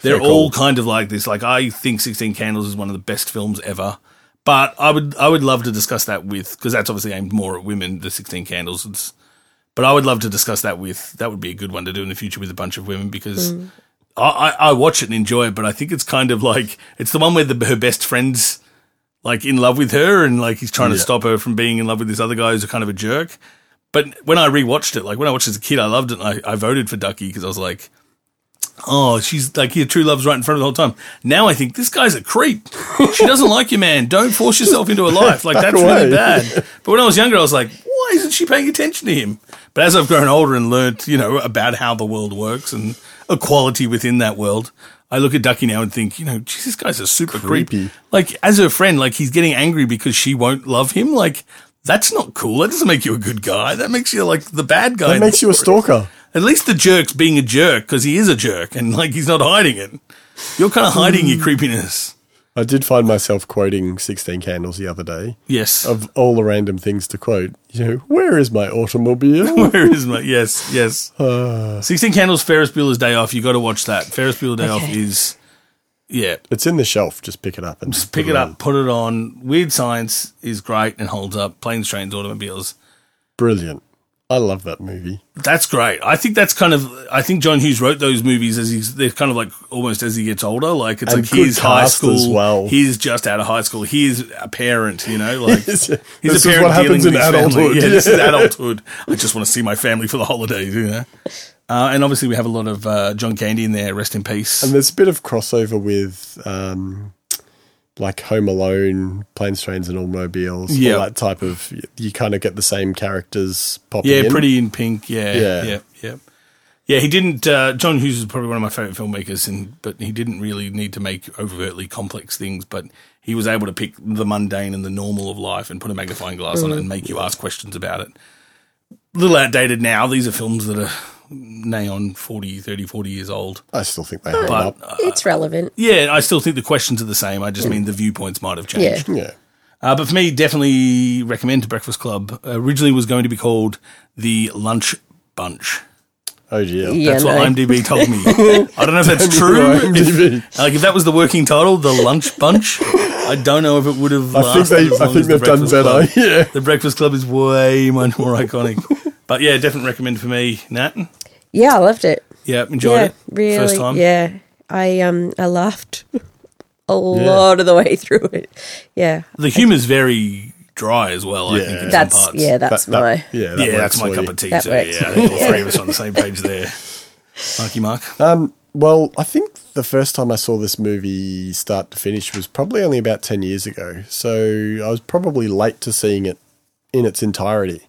they're Fair call. all kind of like this. Like I think Sixteen Candles is one of the best films ever. But I would I would love to discuss that with because that's obviously aimed more at women. The Sixteen Candles. It's, but I would love to discuss that with. That would be a good one to do in the future with a bunch of women because I, I, I watch it and enjoy it. But I think it's kind of like it's the one where the, her best friends like in love with her and like he's trying to stop her from being in love with this other guy who's a kind of a jerk. But when I rewatched it, like when I watched it as a kid, I loved it. And I, I voted for Ducky because I was like, oh, she's like your true love's right in front of her the whole time. Now I think this guy's a creep. She doesn't <laughs> like you, man. Don't force yourself into a life. Like Back that's away. really bad. But when I was younger, I was like, why isn't she paying attention to him? But as I've grown older and learnt, you know, about how the world works and equality within that world, I look at Ducky now and think, you know, geez, this guy's a super Creepy. creep. Like as her friend, like he's getting angry because she won't love him. Like that's not cool. That doesn't make you a good guy. That makes you like the bad guy. That in the makes you a story. stalker. At least the jerk's being a jerk because he is a jerk and like he's not hiding it. You're kind of hiding Hmm. your creepiness. I did find myself quoting Sixteen Candles the other day. Yes. Of all the random things to quote, you know, where is my <laughs> automobile? Where is my yes, <sighs> yes. Sixteen Candles, Ferris Bueller's Day Off. You got to watch that. Ferris Bueller's Day Off Okay. is yeah. it's in the shelf. Just pick it up and just Pick it up, put it on. Weird Science is great and holds up. Planes, Trains, Automobiles. <laughs> Brilliant. I love that movie. That's great. I think that's kind of. I think John Hughes wrote those movies as he's. They're kind of like almost as he gets older. Like it's And like good he's high cast school. as well. He's just out of high school. He's a parent. You know, like <laughs> This is- he's a this is parent what happens dealing with in his family. adulthood. <laughs> Yeah, this is adulthood. I just want to see my family for the holidays. You know, uh, and obviously we have a lot of uh, John Candy in there. Rest in peace. And there's a bit of crossover with um, like Home Alone, Planes, Trains, and Automobiles. Yeah. All that type of. You kind of get the same characters popping yeah, in. pretty in pink. Yeah, Yeah. yeah, yeah, yeah. he didn't. Uh, John Hughes is probably one of my favorite filmmakers, and but he didn't really need to make overtly complex things. But he was able to pick the mundane and the normal of life and put a magnifying glass on it and make you ask questions about it. A little outdated now. These are films that are nay on 40, 30, 40 years old. I still think they hold But up. it's relevant. yeah, I still think the questions are the same. I just mean the viewpoints might have changed. Yeah. Yeah. Uh, but for me, definitely recommend to Breakfast Club. originally was going to be called the Lunch Bunch. Oh, yeah. Yeah. That's no. what IMDb <laughs> told me. I don't know if that's true. IMDb. If- like if that was the working title, the Lunch Bunch. I don't know if it would have. I think, lasted they, as I long think as The they've done Breakfast better. Club. <laughs> Yeah. <laughs> The Breakfast Club is way much more iconic. but yeah, definitely recommend for me, Nat. Yeah, I loved it. Yeah, enjoyed yeah, it. really. First time. Yeah, I um, I laughed <laughs> a lot of the way through it. Yeah, The humour's very dry as well. I Yeah. think in that's some parts. yeah, that's That- that- my yeah, that yeah, works that's my for cup you. of tea. That so works. yeah, I think all three of us on the <laughs> same page there. Marky Mark. Um, well, I think the first time I saw this movie start to finish was probably only about 10 years ago. So I was probably late to seeing it in its entirety.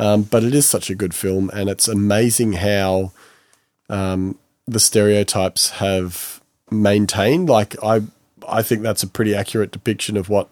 Um, but it is such a good film, and it's amazing how um, the stereotypes have maintained. Like, I, I think that's a pretty accurate depiction of what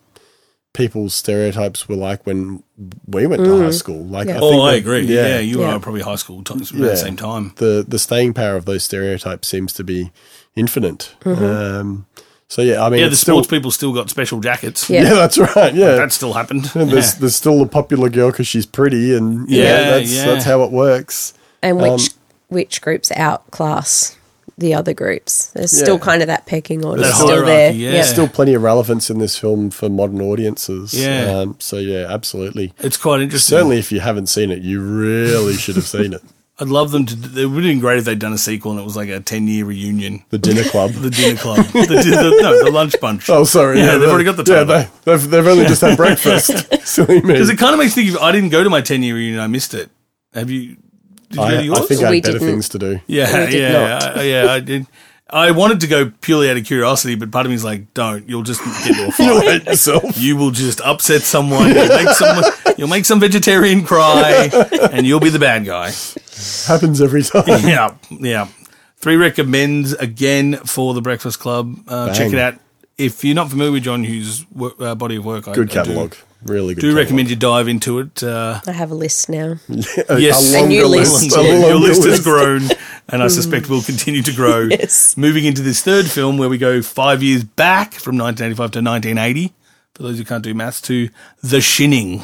people's stereotypes were like when we went to high school. Like, I oh, think I that- agree. Yeah, you Yeah. are probably high school times around Yeah. the same time. Mm-hmm. the the staying power of those stereotypes seems to be infinite. Um, So yeah, I mean, Yeah, the it's still, sports people still got special jackets. Yeah. <laughs> yeah, that's right. Yeah, That still happened. <laughs> And there's, there's still the popular girl because she's pretty, and yeah, Yeah, that's yeah. that's how it works. and Um, which which groups outclass the other groups. There's still Yeah. kind of that pecking order That still hierarchy, there. yeah. Yeah. Still plenty of relevance in this film for modern audiences. Yeah. Um, so yeah, absolutely. It's quite interesting. Certainly, if you haven't seen it, you really should have seen it. I'd love them to. It would have been great if they'd done a sequel and it was like a 10 year reunion. The Dinner Club. <laughs> The dinner club. the, di- the, no, the lunch <laughs> bunch. oh, sorry. Yeah, they've they- already got the Yeah, title. they, they've, they've only just had <laughs> breakfast. Silly me. Because it kind of makes me think of, I didn't go to my 10 year reunion. I missed it. Have you? Did you go to I, yours? I think I We had better didn't. things to do. <laughs> yeah, we did yeah, not. I, yeah, I did. I wanted to go purely out of curiosity, but part of me's like, don't. You'll just get into a <laughs> fight. You'll <laughs> hate yourself. You will just upset someone. You'll make, someone, you'll make some vegetarian cry, and you'll be the bad guy. Happens every time. <laughs> yeah, yeah. Three recommends again for the Breakfast Club. Uh, check Bang. it out. If you're not familiar with John Hughes' wo- uh, body of work, I, Good I do- catalogue. Really good. do, catalogue. recommend you dive into it. Uh, I have a <laughs> list now. <laughs> a, yes. a A longer new list. list. A your longer list has list. grown, and I suspect <laughs> will continue to grow. Yes. Moving into this third film, where we go five years back from 1985 to 1980. For those who can't do maths, to The Shining.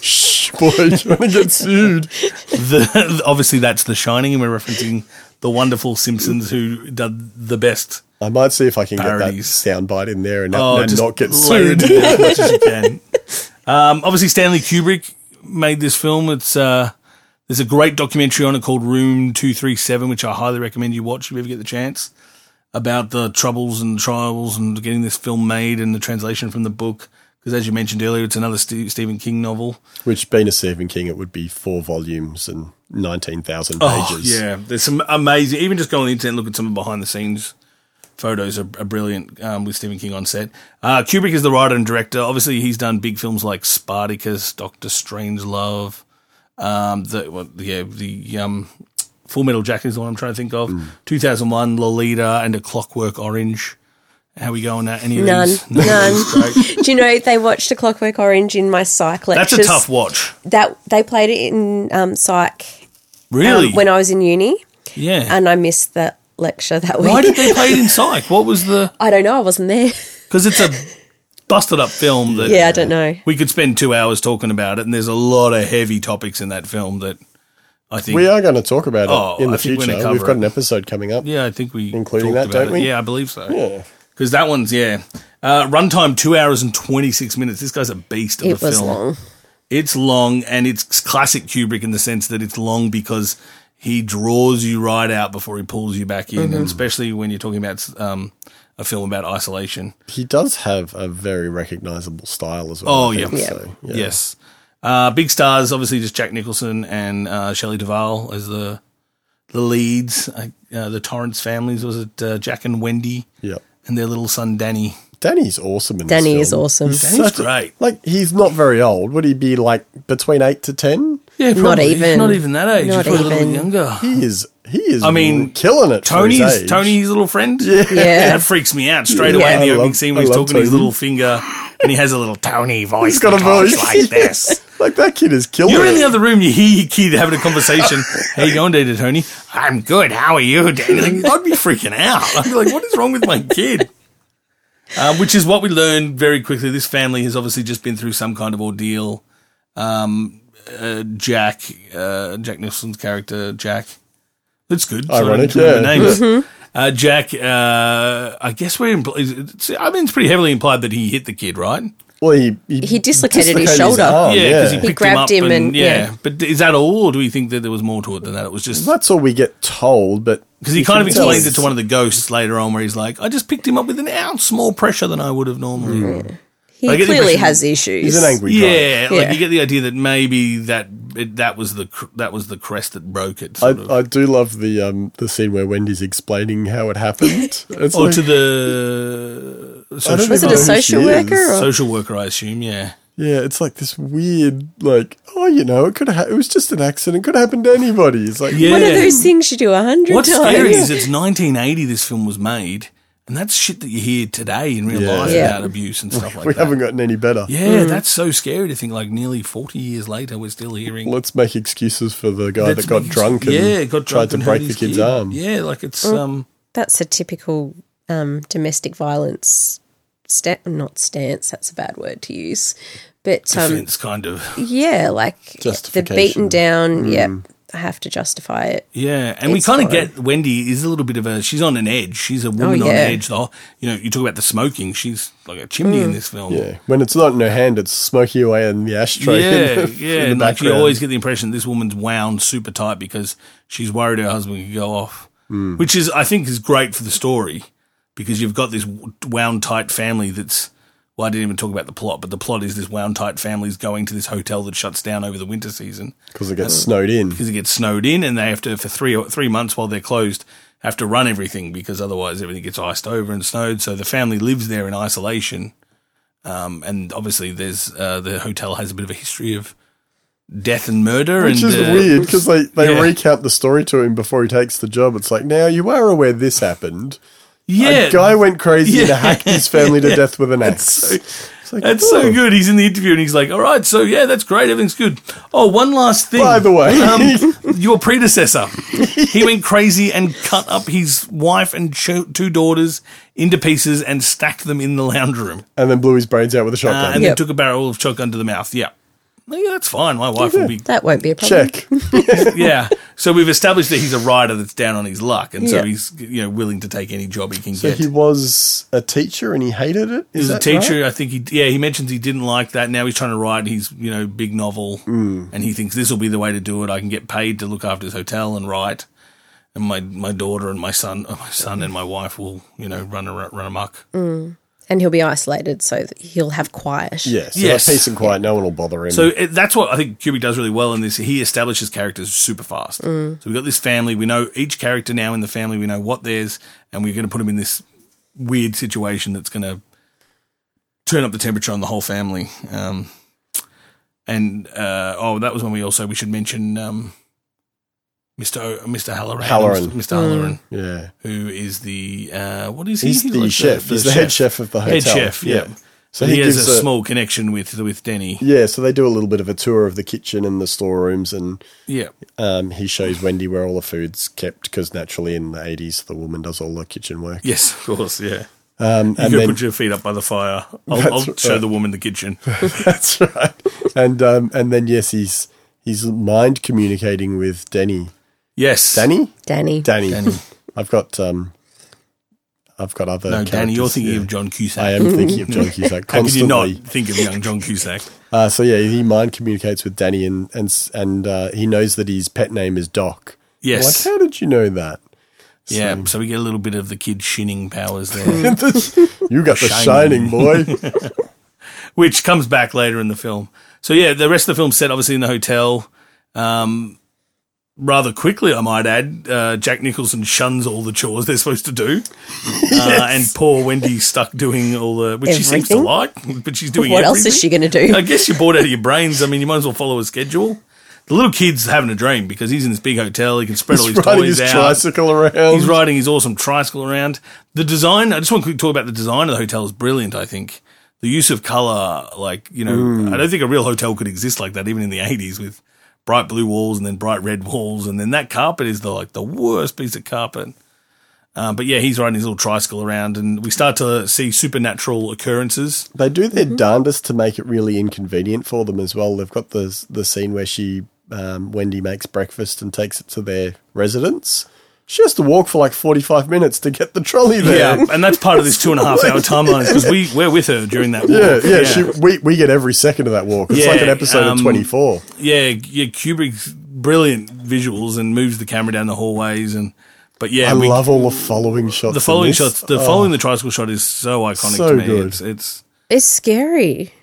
Shh, <laughs> boy, you're going to get sued. <laughs> The, obviously, that's The Shining, and we're referencing the wonderful Simpsons, who did the best I might see if I can Parodies. get that soundbite in there and, Oh, and just not get lay sued. it down as much as you can. Um, obviously, Stanley Kubrick made this film. It's uh, there's a great documentary on it called Room Two Three Seven, which I highly recommend you watch if you ever get the chance. About the troubles and trials and getting this film made and the translation from the book, because as you mentioned earlier, it's another Ste Stephen King novel. <laughs> Which, being a Stephen King, it would be four volumes and 19,000 pages. Oh, yeah, there's some amazing. Even just go on the internet and look at some of the behind the scenes photos are, are brilliant um, with Stephen King on set. Uh, Kubrick is the writer and director. Obviously, he's done big films like Spartacus, Doctor Strangelove, um, the well, yeah the um, Full Metal Jacket is the one I'm trying to think of. 2001, Lolita, and A Clockwork Orange. How we going at any of None. these? None. Great. Do you know they watched A Clockwork Orange in my psych <laughs> That's lectures? a tough watch. That they played it in um, psych um, Really? when I was in uni, yeah. and I missed that lecture that week. Why did they play it in psych? What was the? <laughs> I don't know. I <laughs> wasn't there. Because it's a busted up film that yeah, I don't know. we could spend two hours talking about it, and there's a lot of heavy topics in that film that I think. We are going to talk about it Oh, in the I think we're future. gonna We've cover got an it. episode coming up. yeah, I think we Including talked that, about don't it. we? Yeah, I believe so. Yeah. Because that one's yeah, uh, runtime two hours and twenty six minutes. This guy's a beast of It a was film. long. It's long, and it's classic Kubrick in the sense that it's long because he draws you right out before he pulls you back in, Mm-hmm. and especially when you're talking about um, a film about isolation. He does have a very recognizable style as well. Oh I yeah. think, so, yeah. yes. Uh, big stars, obviously, just Jack Nicholson and uh, Shelley Duvall as the the leads. Uh, uh, the Torrance families was it uh, Jack and Wendy Yep. and their little son Danny. Danny's awesome in Danny this is film. awesome. Danny's Such a- great. Like, he's not very old. Would he be like between 8 to 10? Yeah, Not probably. even. not even that age. Not He's probably a little even. younger. He is, he is, I mean, killing it. for his Tony's age. Tony's little friend. <laughs> Yeah. That freaks me out straight away Yeah. in the I opening love- scene I when he's love talking to his Tony. little finger and he has a little Tony voice. He's got a that talks voice. <laughs> like this. Like, that kid is killing You're it. in the other room. You hear your kid having a <laughs> conversation. How you going, Data Tony? I'm good. How are you, Danny? Like, <laughs> I'd be freaking out. I'd be like, what is wrong with my kid? Uh, which is what we learned very quickly. This family has obviously just been through some kind of ordeal. Um, uh, Jack, uh, Jack Nicholson's character, Jack. That's good. So I don't Ironic, have to remember yeah. names. Uh, Jack, uh, I guess we're. Impl- it's- I mean, it's pretty heavily implied that he hit the kid, right? Well, he, he, He dislocated his shoulder. arm, yeah, because he He picked him grabbed up him and, and- yeah. yeah. But is that all, or do we think that there was more to it than that? It was just That's all we get told, but because he kind of explains tell. it to one of the ghosts later on, where he's like, "I just picked him up with an ounce more pressure than I would have normally." Mm, He I get the clearly impression has issues. He's an angry guy. Yeah, like Yeah. you get the idea that maybe that it, that was the cr- that was the crest that broke it. Sort of. I, I do love the um the scene where Wendy's explaining how it <laughs> happened. It's or like, Oh, to the I don't social, Was it even a know who social she is. worker or- social worker, I assume. Yeah, Yeah, it's like this weird, like oh, you know, it could ha- it was just an accident. It could have happened to anybody. It's like yeah. One of those things you do a hundred What's times. scary is it's 1980. This film was made, and that's shit that you hear today in real Yeah. life Yeah. about abuse and stuff like we that. haven't gotten any better. Yeah, that's so scary to think. Like nearly forty years later, we're still hearing. Let's make excuses for the guy That's that got been- drunk and yeah, got drunk tried to and hurt break the his Hmm. kid's kid. arm. Yeah, like it's um, That's a typical um, domestic violence sta- not stance. That's a bad word to use, but um, Defense, kind of. yeah, like the beaten Justification. Hmm. down. Yeah, I have to justify it. Yeah, and we It's kind of hard. get Wendy is a little bit of a she's on an edge. She's a woman on yeah. edge. The whole, you know, you talk about the smoking. She's like a chimney Hmm. in this film. Yeah. When it's not in her hand, it's smoky away in the ashtray. <laughs> in Yeah, the- yeah. in the and like you background. always get the impression this woman's wound super tight because she's worried her husband could go off, Mm. which is I think is great for the story because you've got this w- wound tight family that's. Well, I didn't even talk about the plot, but the plot is this wound tight family is going to this hotel that shuts down over the winter season because it uh, gets snowed in. because it gets snowed in, and they have to for three three months while they're closed have to run everything because otherwise everything gets iced over and snowed. So the family lives there in isolation, um, and obviously there's uh, the hotel has a bit of a history of death and murder, Which and is uh, weird because they, they yeah. recount the story to him before he takes the job. It's like, now you are aware this happened. Yeah, A guy went crazy and <laughs> Yeah. hacked his family to death with an axe. so- It's like, that's "Oh, so good. He's in the interview and he's like, "All right, so yeah, that's great, everything's good." Oh, one last thing. By the way, <laughs> um, your predecessor. He went crazy and cut up his wife and cho- two daughters into pieces and stacked them in the lounge room. and then blew his brains out with a Uh, shotgun. and Yep. then took a barrel of choke under the mouth. Yeah. Well, yeah, that's fine. My wife will be. That won't be a problem. Check. <laughs> Yeah. So we've established that he's a rider that's down on his luck, and so Yeah. he's you know willing to take any job he can So get. he was a teacher and he hated it. Is He's a that teacher. right? I think he, yeah, he mentions he didn't like that. Now he's trying to write his, you know, big novel, Mm. and he thinks this will be the way to do it. I can get paid to look after his hotel and write, and my my daughter and my son, uh, my son and my wife will, you know, run ar- run amok. And he'll be isolated, so that he'll have quiet. Yeah. So Yes. yes. peace and quiet. No one will bother him. So it, that's what I think Kubrick does really well in this. He establishes characters super fast. So we've got this family. We know each character now in the family. We know what theirs, and we're going to put them in this weird situation that's going to turn up the temperature on the whole family. Um, and uh, oh, that was when we also we should mention um, Mr. O, Mr. Halloran, Halloran. Mr. Halloran, yeah. who is the uh, what is he? He's the like chef. He's the head chef of the hotel. Head chef, yeah. So he, he, has gives a a, small connection with with Denny. Yeah. So they do a little bit of a tour of the kitchen and the storerooms, and Yeah. um, he shows Wendy where all the food's kept because naturally in the eighties the woman does all the kitchen work. Yes, of course. Yeah. Um, and You then could put your feet up by the fire. I'll, I'll That's show right. the woman the kitchen. <laughs> that's right. And um, and then yes, he's he's mind communicating with Denny. Yes. Danny. Danny. Danny. Danny. I've got um, I've got other. No, Danny, you're characters, thinking yeah. of John Cusack. I am thinking <laughs> of John Cusack How could you constantly. not think of young John Cusack? Uh, so yeah, he mind communicates with Danny, and and s- and uh, he knows that his pet name is Doc. Yes. Like, how did you know that? yeah. So we get a little bit of the kid shinning powers there, <laughs> You got the Shining. shining, <laughs> boy. which comes back later in the film. So yeah, the rest of the film's set obviously in the hotel. Um, rather quickly, I might add. Uh, Jack Nicholson shuns all the chores they're supposed to do, <laughs> uh, and poor Wendy's stuck doing all the which she seems to Everything. like, but she's doing What else is everything. she going to do? I guess you're bored out of your brains. I mean, you might as well follow a schedule. The little kid's having a dream because he's in this big hotel. He can spread all He's his riding toys his out. tricycle around. He's riding his awesome tricycle around. The design, I just want to quickly talk about the design of the hotel is brilliant, I think. The use of color, like, you know, Hmm. I don't think a real hotel could exist like that, even in the 80s with bright blue walls and then bright red walls. And then that carpet is the, like the worst piece of carpet. Uh, but yeah, he's riding his little tricycle around and we start to see supernatural occurrences. They do their darndest to make it really inconvenient for them as well. They've got the the scene where she um, Wendy makes breakfast and takes it to their residence. She has to walk for like forty five minutes to get the trolley there. Yeah, and that's part of this two and a half <laughs> hour timeline because we we're with her during that. Walk. Yeah, yeah. She, we, we get every second of that walk. It's like Yeah, an episode um, of 24. yeah, yeah. Kubrick's brilliant visuals and moves the camera down the hallways and. But yeah, I we, love all the following shots. the in following this. shots. The Oh, following the tricycle shot is so iconic So to me. good. It's, it's It's scary.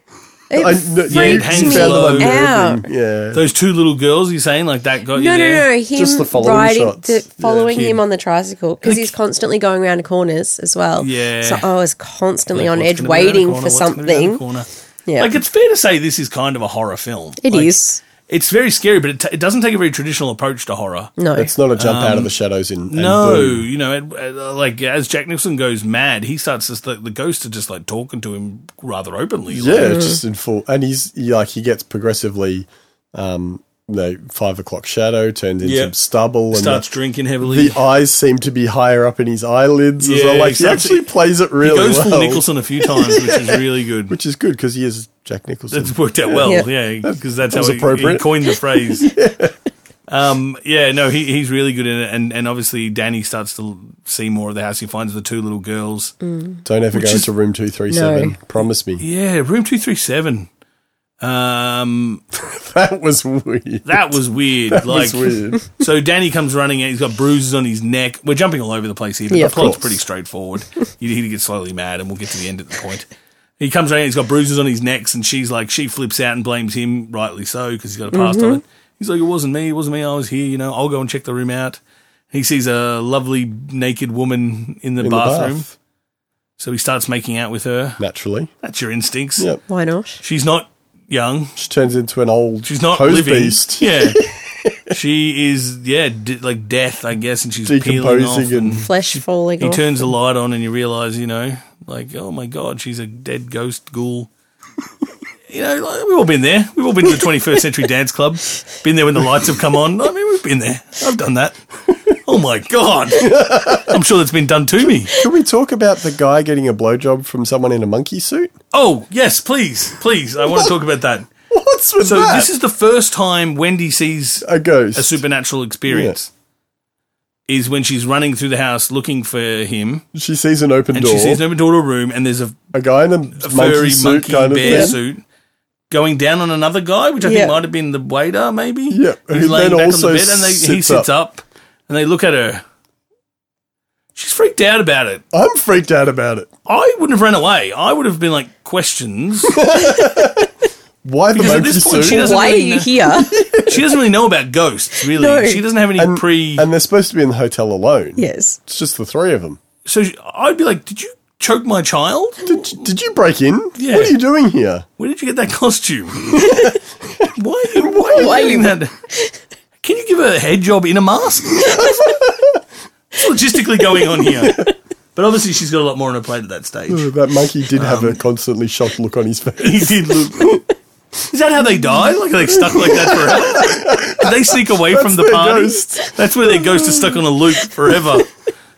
It I, no, Yeah, it you hangs found low. them Out. unnerving. Yeah. those two little girls. You're saying like that got you No, no, there? no. Him Just the following riding, shots. the, Yeah. following Kid. him on the tricycle because he's constantly going around corners as well. Yeah. So I was constantly Like, on what's edge, gonna be around the waiting corner? for What's gonna be around the something. corner? Yeah. Like it's fair to say this is kind of a horror film. It It is. like, It's very scary, but it, t- it doesn't take a very traditional approach to horror. No. It's not a jump out of the shadows in. and Um, No, boom. you know, and, uh, like as Jack Nicholson goes mad, he starts just the, the ghosts are just like talking to him rather openly. Yeah, like, it's just in full. And he's he, like, he gets progressively um, you know, five o'clock shadow turns into Yeah. stubble and starts the, drinking heavily. the eyes seem to be higher up in his eyelids as Yeah, well. Like exactly. he actually plays it he really goes well, full Nicholson a few times, which <laughs> is really good. which is good because he is Jack Nicholson. It's worked out well, Yeah. yeah, because that that's how was he, he appropriate. coined <laughs> the phrase. Um, yeah, no, he, he's really good in it, and, and obviously Danny starts to see more of the house. He finds the two little girls. Don't ever go is- into room two three seven. No. Promise me. <laughs> Yeah, room two three seven. Um, That was weird. that was weird. That was like, weird. so Danny comes running out. He's got bruises on his neck. We're jumping all over the place here, but Yeah, the of plot's course. pretty straightforward. he, he gets slowly mad, and we'll get to the end at the point. He comes running. He's got bruises on his necks, and she's like, she flips out and blames him, rightly so, because he's got a past Mm-hmm. on it. He's like, it wasn't me, it wasn't me. I was here, you know. I'll go and check the room out. He sees a lovely naked woman in the In the bathroom, bath, so he starts making out with her. naturally. That's your instincts. Yep. Why not? She's not young. She turns into an old She's not hose living. beast. <laughs> <laughs> Yeah. she is, yeah, de- like death, I guess, and she's peeling off. Decomposing And, and, Flesh falling he off. turns the light on, and you realize, you know, like, oh my god, she's a dead ghost ghoul. <laughs> You know, like, we've all been there. We've all been to the 21st Century Dance Club. Been there when the lights have come on. I mean, we've been there. I've done that. Oh my god! I'm sure that's been done to me. Can we talk about the guy getting a blowjob from someone in a monkey suit? <laughs> Oh yes, please, please. I want to talk about that. What's with So that? this is the first time Wendy sees a ghost. a supernatural experience is when she's running through the house looking for him, she sees an open and door. she sees an open door to a room, and there's a, a guy in a, a monkey furry monkey, suit kind of bear thing. suit going down on another guy, which I Yeah. think might have been the waiter, maybe. Yeah, he's who then laying back on the also bed, and they, he sits sits up. and they look at her. She's freaked out about it. I'm freaked out about it. I wouldn't have run away. I would have been <laughs> like questions. Why the Because at monkey this point suit? she doesn't- Why are really you know. <laughs> here? she doesn't really know about ghosts, really. No. She doesn't have any and, pre. and they're supposed to be in the hotel alone. yes. It's just the three of them. so she- I'd be like, "Did you choke my child? Did, you- did you break in? Yeah. What are you doing here? Where did you get that <laughs> costume? why are you, why are you Why are getting that? Can you give her a head job in a mask? What's logistically going on <laughs> here? But obviously, she's got a lot more on her plate at that stage. That monkey did have Um, a constantly shocked look on his face. <laughs> He did look. Is that how they die? Like they stuck like that forever? Did they sneak away from the their party? ghost. That's where their ghost is stuck on a loop forever.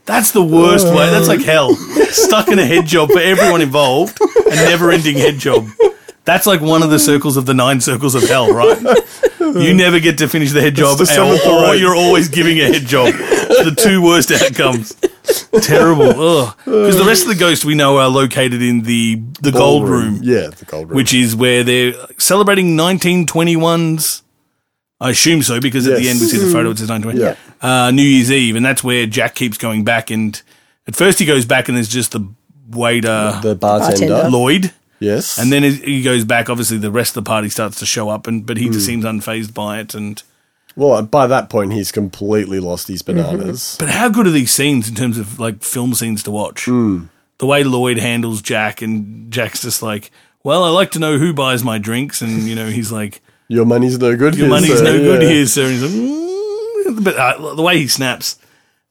That's the worst way. That's like hell. Stuck in a head job for everyone involved, a never-ending head job. That's like one of the circles of the nine circles of hell, right? You never get to finish the head job, the or, seventh or row. you're always giving a head job. the two worst outcomes. Terrible. Because the rest of the ghosts we know are located in the the gold room Yeah, the gold room. which is where they're celebrating 1921's. I assume so because at the Yes. end we see the photo. It says 1920. Uh, New Year's Eve, and that's where Jack keeps going back. And at first he goes back, and there's just the waiter the bartender. bartender. Lloyd, Yes. and then he- he goes back. Obviously, the rest of the party starts to show up, and but he Hmm. just seems unfazed by it. And Well, by that point, he's completely lost his bananas. But how good are these scenes in terms of like film scenes to watch? Hmm. The way Lloyd handles Jack, and Jack's just like, "Well, I like to know who buys my drinks," and you know he's like, Your money's no good. Your here, money's sir. no good Yeah. here, sir. And he's like, "Mm," but uh, the way he snaps.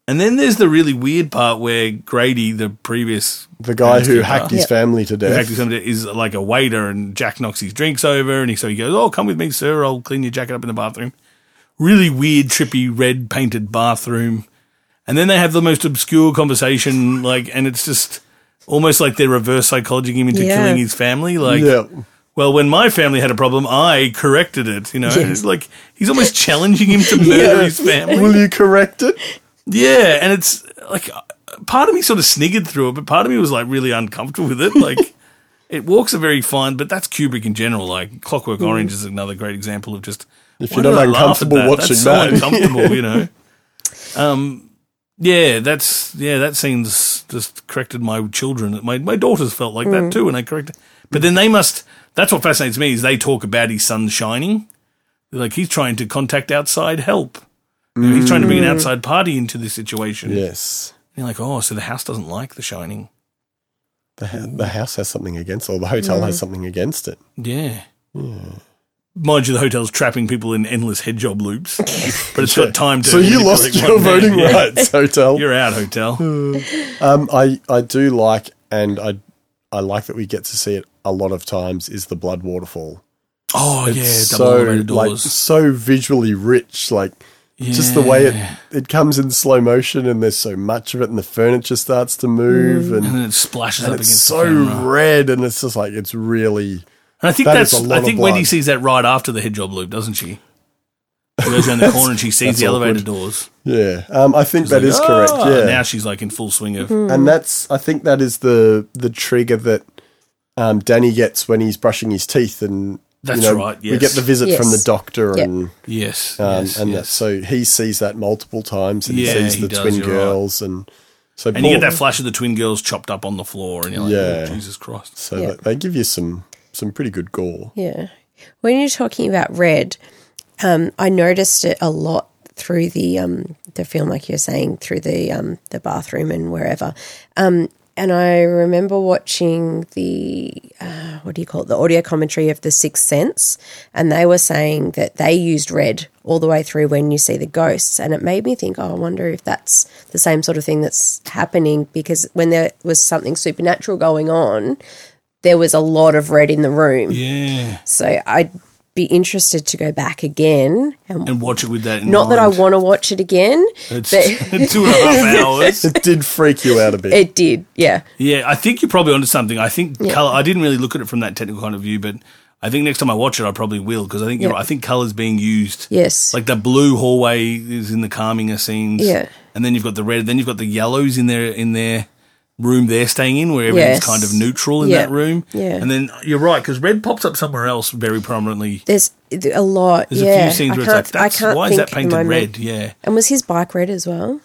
And then there's the really weird part where Grady, the previous The guy who housekeeper, hacked his Yeah. family to who death. hacked his family, is like a waiter, and Jack knocks his drinks over, and he so he goes, "Oh, come with me, sir. I'll clean your jacket up in the bathroom." Really weird, trippy, red painted bathroom. And then they have the most obscure conversation, like, and it's just almost like they're reverse psychologying him into Yeah. killing his family. Like, Yeah. well, when my family had a problem, I corrected it. You know, Yes. it's like he's almost challenging him to murder his family. Will you correct it? Yeah, and it's like uh, part of me sort of sniggered through it, but part of me was like really uncomfortable with <laughs> it. Like it walks a very fine, but that's Kubrick in general. Like Clockwork Orange is another great example of just Mm. If why you're did not I laugh at uncomfortable watching that's that. so uncomfortable, <laughs> you know. Um, yeah, that's yeah, that scene's just corrected my children. My my daughters felt like Mm. that too, and I corrected. But then they must. That's what fascinates me is they talk about his sun shining. They're like he's trying to contact outside help. You know, He's trying to bring an Mm. outside party into this situation. Yes. You're like, oh, so the house doesn't like The Shining. The, ha- the house has something against it, or the hotel has something against it. Yeah. Mind you, the hotel's trapping people in endless head <laughs> job loops, but it's got time to. So you manipulate lost one your man. voting Yeah. rights, hotel. You're <sighs> out, hotel. Um, I, I do like, and I I like that we get to see it a lot of times, is the blood waterfall. Oh yeah, double so elevator like doors. <laughs> so visually rich, like just the way it it comes in slow motion, and there's so much of it, and the furniture starts to move, and and, then it splashes Mm. up and it's against so the camera. red, and it's just like it's really And I think that is that's a lot I of think Wendy blood. sees that right after the head job loop, doesn't she? She goes <laughs> down the corner and she sees that's the elevator awkward. doors. yeah. Um, I think that Like, is "Ah!" correct. Yeah, Now she's like in full swing of Hmm. and that's I think that is the the trigger that um, Danny gets when he's brushing his teeth, and That's you know, right, we get yes. the visit from Yes. the doctor, Yep. and yes, um, yes, and yes. that, so he sees that multiple times, and Yeah, he sees he the does, twin you're right. girls, and so And you get Paul- that flash of the twin girls chopped up on the floor, and you're like, Yeah. oh, Jesus Christ. So Yeah. that they give you some some pretty good gore. Yeah. When you're talking about red, um, I noticed it a lot through the um, the film, like you're saying, through the um, the bathroom and wherever. Um, and I remember watching the uh, what do you call it? The audio commentary of The Sixth Sense, and they were saying that they used red all the way through when you see the ghosts, and it made me think, oh, I wonder if that's the same sort of thing that's happening because when there was something supernatural going on, there was a lot of red in the room. Yeah. So I'd be interested to go back again. And And watch it with that. In not that I mind. want to watch it again, It's but <laughs> two and a half <laughs> hours. It did freak you out a bit. it did. Yeah. Yeah, I think you're probably onto something. I think color. I didn't really look at it from that technical point of view, but I think next time I watch it, I probably will because I think you're Yeah. right. I think color's being used. Yes. Like the blue hallway is in the calminger scenes. Yeah. And then you've got the red. Then you've got the yellows in their in their room they're staying in where everything's Yes. kind of neutral in Yeah. that room. Yeah. And then you're right because red pops up somewhere else very prominently. there's a lot. There's yeah. a few scenes I where it's can't- like, That's, I can't why is think that at the painted moment. red? Yeah. And was his bike red as well?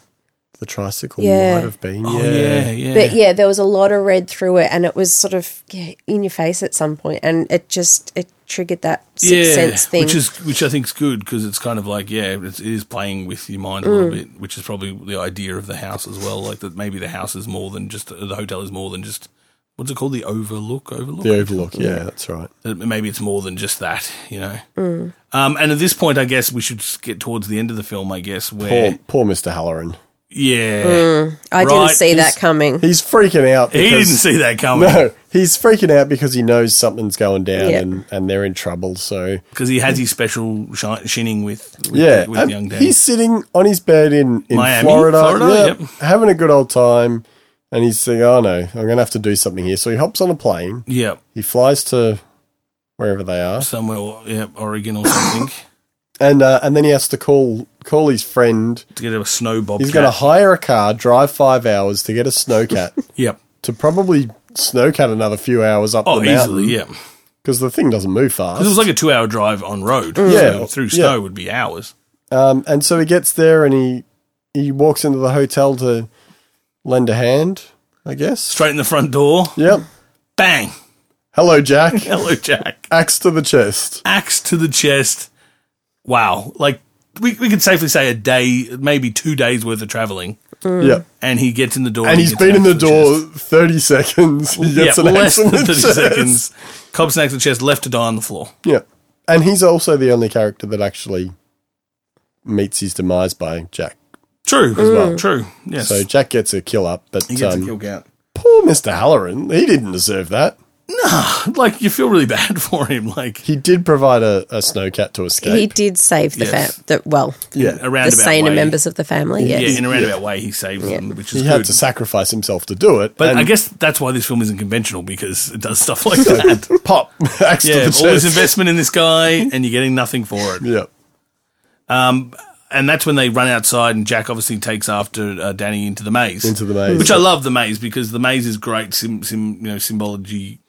The tricycle Yeah. might have been. Oh, yeah, yeah. yeah. But yeah, there was a lot of red through it, and it was sort of yeah, in your face at some point, and it just it triggered that sixth sense thing. which is which I think's good because it's kind of like yeah, it's, it is playing with your mind a Mm. little bit, which is probably the idea of the house as well. Like that maybe the house is more than just the hotel is more than just what's it called the overlook overlook The Overlook. Yeah, that's right. that maybe it's more than just that you know. Um, and at this point, I guess we should just get towards the end of the film. I guess where Poor, poor Mr. Halloran. yeah, I right, didn't see he's- that coming. He's freaking out. he didn't because- see that coming <laughs> No, he's freaking out because he knows something's going down Yeah. and, and they're in trouble. So because he has his special shi- shinning with, with yeah, with and young Dan. he's sitting on his bed in in Miami, Florida, Florida, yeah, yep. having a good old time, and he's saying, "Oh no, I'm going to have to do something here." So he hops on a plane. yeah He flies to wherever they are. somewhere yeah Oregon <coughs> or something. and uh, and then he has to call call his friend. to get a snow bobcat. He's going to hire a car, drive five hours to get a <laughs> snowcat Yep. to probably snowcat another few hours up Oh, the mountain easily, yeah. because 'Cause the thing doesn't move fast. it was like a two hour drive on road. Yeah, So through yeah. snow would be hours. um, and so he gets there and he he walks into the hotel to lend a hand, I guess. Straight in the front door. Yep. Bang. <laughs> Hello, Jack. Hello, Jack. Axe to the chest. Axe to the chest. Wow. Like, we, we could safely say a day, maybe two days worth of traveling. Yep. And he gets in the door. And he he's gets been in an the Mm. axe to door chest. 30 seconds. He gets yeah, an axe less than in the 30 chest. <laughs> seconds. Cobb snacks the chest, left to die on the floor. Yeah. And he's also the only character that actually meets his demise by Jack. True. As well. True. Yes. Mm. So Jack gets a kill up, but he gets um, a kill count. poor Mr. Halloran, he didn't deserve that. Like, you feel really bad <laughs> for him. Like, He did provide a, a snowcat to He escape. did save the Yes. fam. The, well, yeah. a the roundabout saner way. members of the family. Yes. yeah, in a roundabout way, he saves them, which He is good. had to sacrifice himself to do it. But and I guess that's why this film isn't conventional because it does <laughs> stuff like that. pop axe yeah, all to the this chest. investment in this guy, and you're getting nothing for it. yeah. And that's when they run outside, and Jack obviously takes after uh, Danny into the maze, Into the maze. which I love the maze because the maze is great. Sim, sim you know, symbology,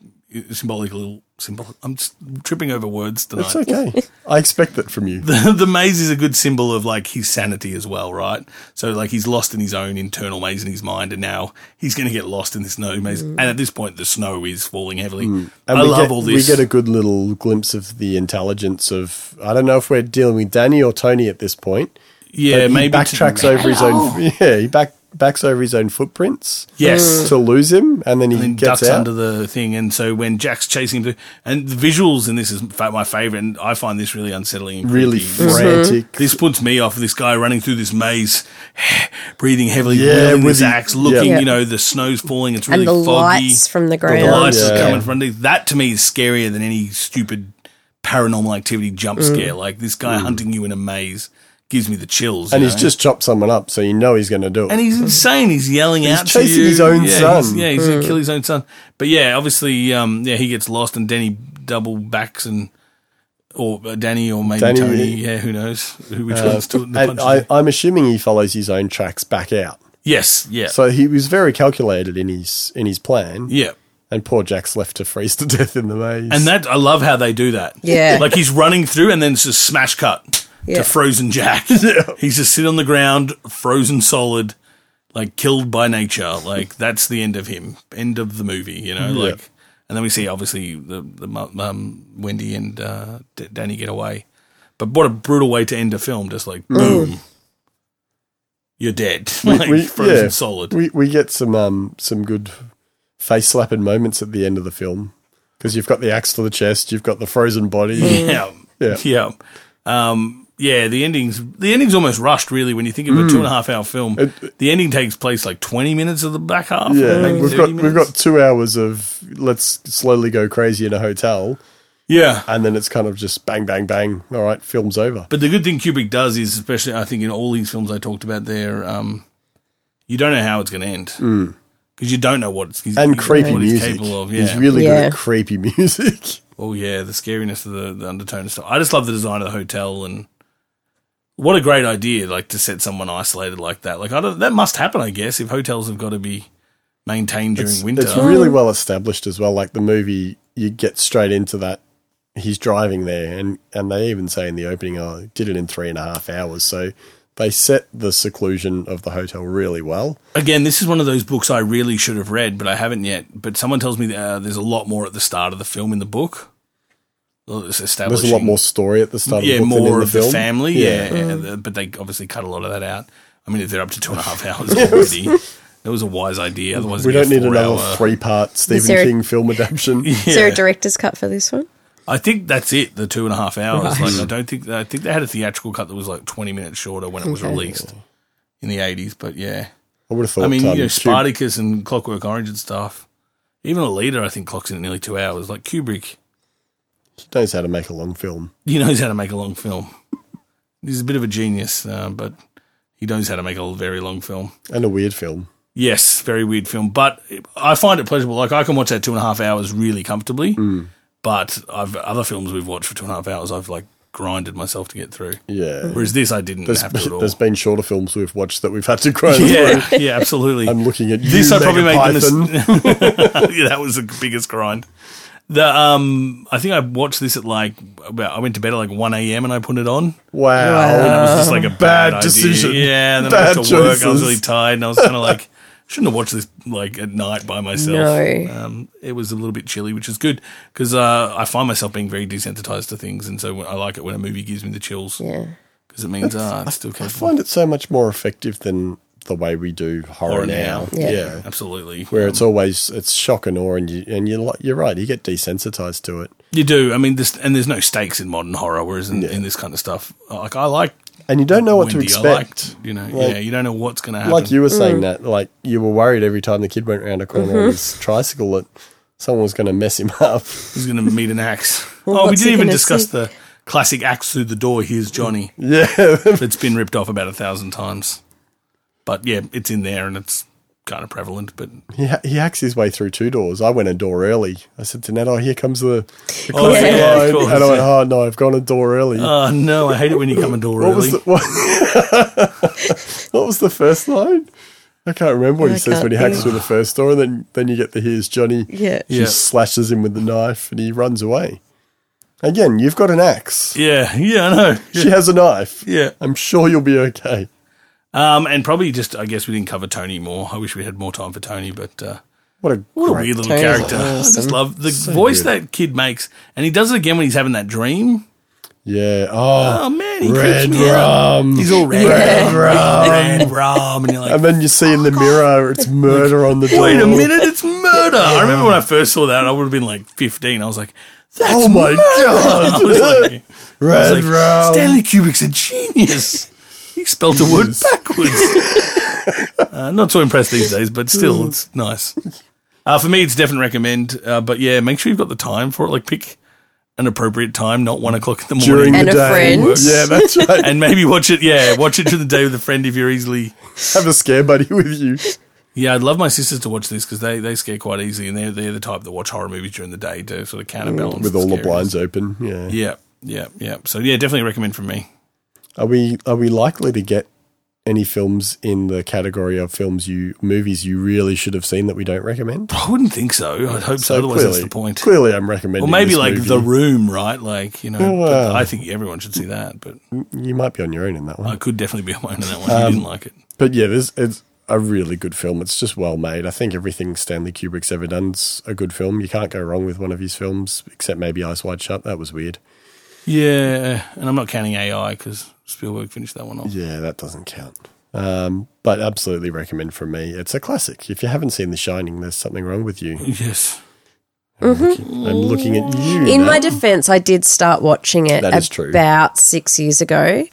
symbolical, symbol. I'm just tripping over words tonight. It's okay. I expect that from you. the, <laughs> the maze is a good symbol of like his sanity as well, right? So like he's lost in his own internal maze in his mind, and now he's going to get lost in this snow maze. And at this point, the snow is falling heavily. Mm. And I we love get, all this. We get a good little glimpse of the intelligence of. I don't know if we're dealing with Danny or Tony at this point. yeah, he maybe to- backtracks over his own. <laughs> Yeah, he back backs over his own footprints. Yes. to lose him, and then he And gets ducks out. under the thing, and so when Jack's chasing him, to, and the visuals in this is in fact my favorite, and I find this really unsettling. And really creepy. frantic. This puts me off. This guy running through this maze, <sighs> breathing heavily, Yeah, wielding with this the- axe, looking. yeah. You know, the snow's falling. It's really and the foggy. lights from the ground. the lights Yeah. are coming from underneath. That to me is scarier than any stupid paranormal activity jump Mm. scare. Like this guy hunting you in a maze gives me the chills. And you he's know? just chopped someone up, so you know he's going to do it. and he's insane. He's yelling out. to Mm. chasing you. his own yeah, son. Mm. He's, yeah, he's gonna kill his own son. But yeah, obviously, um, yeah, he gets lost, and Danny double backs and or uh, Danny or maybe Danny- Uh, Tony. Yeah, who knows? Who which one's to the and punch? I, I'm assuming he follows his own tracks back out. yes, yeah, So he was very calculated in his in his plan. yeah. And poor Jack's left to freeze to <laughs> death in the maze. And that I love how they do that. Yeah. like he's running through, and then it's just smash cut Yeah. to <laughs> frozen Jack. He's just sitting on the ground, frozen solid, like killed by nature. Like that's the end of him. End of the movie. You know, Yeah. like. And then we see obviously the the mu- um, Wendy and uh, D- Danny get away. But what a brutal way to end a film! Just like boom, you're dead. <laughs> like Mm. we- frozen yeah. solid. we we get some um some good face slapping moments at the end of the film because you've got the axe to the chest, you've got the frozen body. yeah, Yeah. yeah, um, yeah. The ending's the ending's almost rushed, really. When you think of Mm. a two and a half hour film, the ending takes place like twenty minutes of the back half. Yeah, maybe we've 30 got we've minutes. got two hours of let's slowly go crazy in a hotel, yeah. and then it's kind of just bang bang bang. All right, film's over. But the good thing Kubrick does is, especially I think in all these films I talked about, there, um, you don't know how it's going to end because you don't know what it's he's, Mm. and he's- creepy what he's music. capable of. He's Yeah. really good Yeah. at creepy <laughs> music. oh yeah, the scariness of the, the undertone and stuff. I just love the design of the hotel and. What a great idea! Like to set someone isolated like that. Like I don't, that must happen, I guess, if hotels have got to be maintained during winter. It's really well established as well. Like the movie, you get straight into that. He's driving there, and and they even say in the opening, "Oh, he did it in three and a half hours." So they set the seclusion of the hotel really well. Again, this is one of those books I really should have read, but I haven't yet. But someone tells me that, uh, there's a lot more at the start of the film in the book. Well, it's There's establishing a lot more story at the start. yeah, of the book than more in of the, film. the family. Yeah, yeah, the- but they obviously cut a lot of that out. I mean, if they're up to two and <laughs> a half hours already, that was a wise idea. Otherwise, We it'd don't be a need another four-hour- three-part Stephen there a- King film <laughs> adaptation. Is there a director's cut for this one? I think that's it. The two and a half hours. Like I don't think I think they had a theatrical cut that was like twenty minutes shorter when it was released in the eighties. But yeah, I would have thought. I mean, um, you know, Kub- Spartacus and Clockwork Orange and stuff. Even a leader, I think, clocks in at nearly two hours. Like Kubrick, knows how to make a long film. he knows how to make a long film. He's a bit of a genius, uh, but he knows how to make a very long film. And a weird film. Yes, very weird film, but I find it pleasurable. Like I can watch that two and a half hours really comfortably. But I've other films we've watched for two and a half hours. I've like grinded myself to get through. Yeah. Whereas this, I didn't There's, have to at all. there's been shorter films we've watched that we've had to <laughs> grow. yeah, yeah, absolutely. I'm looking at you, this I probably made the Megapython. mis- <laughs> yeah, that was the biggest grind. The um, I think I watched this at like about. I went to bed at like one a.m. and I put it on. Wow. It was just like a bad, Bad idea. decision. Yeah, and then I Bad went to work. I was choices. really tired, and I was kind of like, <laughs> shouldn't have watched this like at night by myself. No. um, it was a little bit chilly, which is good because uh, I find myself being very desensitized to things, and so I like it when a movie gives me the chills Yeah. because it means ah, it's still capable. I find it so much more effective than the way we do horror, Horror now. now. Yeah. Yeah. Absolutely, Where it's always it's shock and awe, and you and you like you're right. You get desensitized to it, You do. I mean, this and there's no stakes in modern horror, whereas in, in this kind of stuff, like I like and you don't know what Wendy, to I expect. liked, you know, Like- yeah, you don't know what's going to happen. Like you were saying that, like you were worried every time the kid went round a corner on his tricycle that someone was going to mess him <laughs> up. He's going to meet <laughs> an axe. oh, we what's didn't he even gonna discuss see? the classic axe through the door. Here's Johnny. <laughs> yeah, that's been ripped off about a thousand times, but yeah, it's in there and it's kind of prevalent. But he ha- he hacks his way through two doors. I went a door early. I said to Ned, "Oh, here comes the, the Oh, clothing yeah, of line." course, and I went, yeah. "Oh no, I've gone a door early." oh no, I hate it when you come a door What was early. the what, what <laughs> was the first line? I can't remember what I he says can't when he hacks think. through the first door, and then then you get the here's Johnny. Yeah. she Yeah. slashes him with the knife, and he runs away. Again, you've got an axe. yeah, yeah, I know. She has a knife. Yeah. I'm sure you'll be okay. Um, and probably just I guess we didn't cover Tony more. I wish we had more time for Tony, but. uh What a What a great weird little Totally character. <laughs> I just awesome. love the voice that kid makes. And he does it again when he's having that dream. yeah. Oh, Oh, man, he red creeps me out. rum. He's all red. Red rum. <laughs> Red rum. And <laughs> you're like, And then you see in the mirror, it's murder on the door. wait a minute, it's murder. I remember when I first saw that, I would have been like 15. I was like, that's Oh my <laughs> I was god! like, I Red was rum. like Stanley Kubrick's a genius. He spelt a word backwards. <laughs> Mm. uh, not so impressed these days, but still, it's nice. Uh, for me, it's definitely recommend. Uh, but yeah, make sure you've got the time for it. Like, pick an appropriate time, not one o'clock in the morning. during And the a day. friend. Yeah, that's right. and maybe watch it. Yeah, watch it to the day with a friend if you're easily. Have a scare buddy with you. Yeah, I'd love my sisters to watch this because they, they scare quite easily, and they're they're the type that watch horror movies during the day to sort of counterbalance With all the scariness. blinds open. Yeah. Yeah, yeah, yeah. So yeah, definitely recommend from me. Are we are we likely to get any films in the category of films you movies you really should have seen that we don't recommend? I wouldn't think so. I'd hope so. Otherwise, that's the point. Clearly I'm recommending. Or maybe this like movie. The Room, right? Like you know, Well, I think everyone should see that, but you might be on your own in that one. I could definitely be <laughs> alone in that one. Um, I didn't like it. But yeah, this it's a really good film. It's just well made. I think everything Stanley Kubrick's ever done's a good film. You can't go wrong with one of his films, except maybe Eyes Wide Shut. That was weird. Yeah, and I'm not counting AI because Spielberg finished that one off. Yeah, that doesn't count. Um, but absolutely recommend from me. It's a classic. If you haven't seen The Shining, there's something wrong with you. Yes. I'm, looking, I'm looking at you. In my Matt. defense, I did start watching it That is true. about six years ago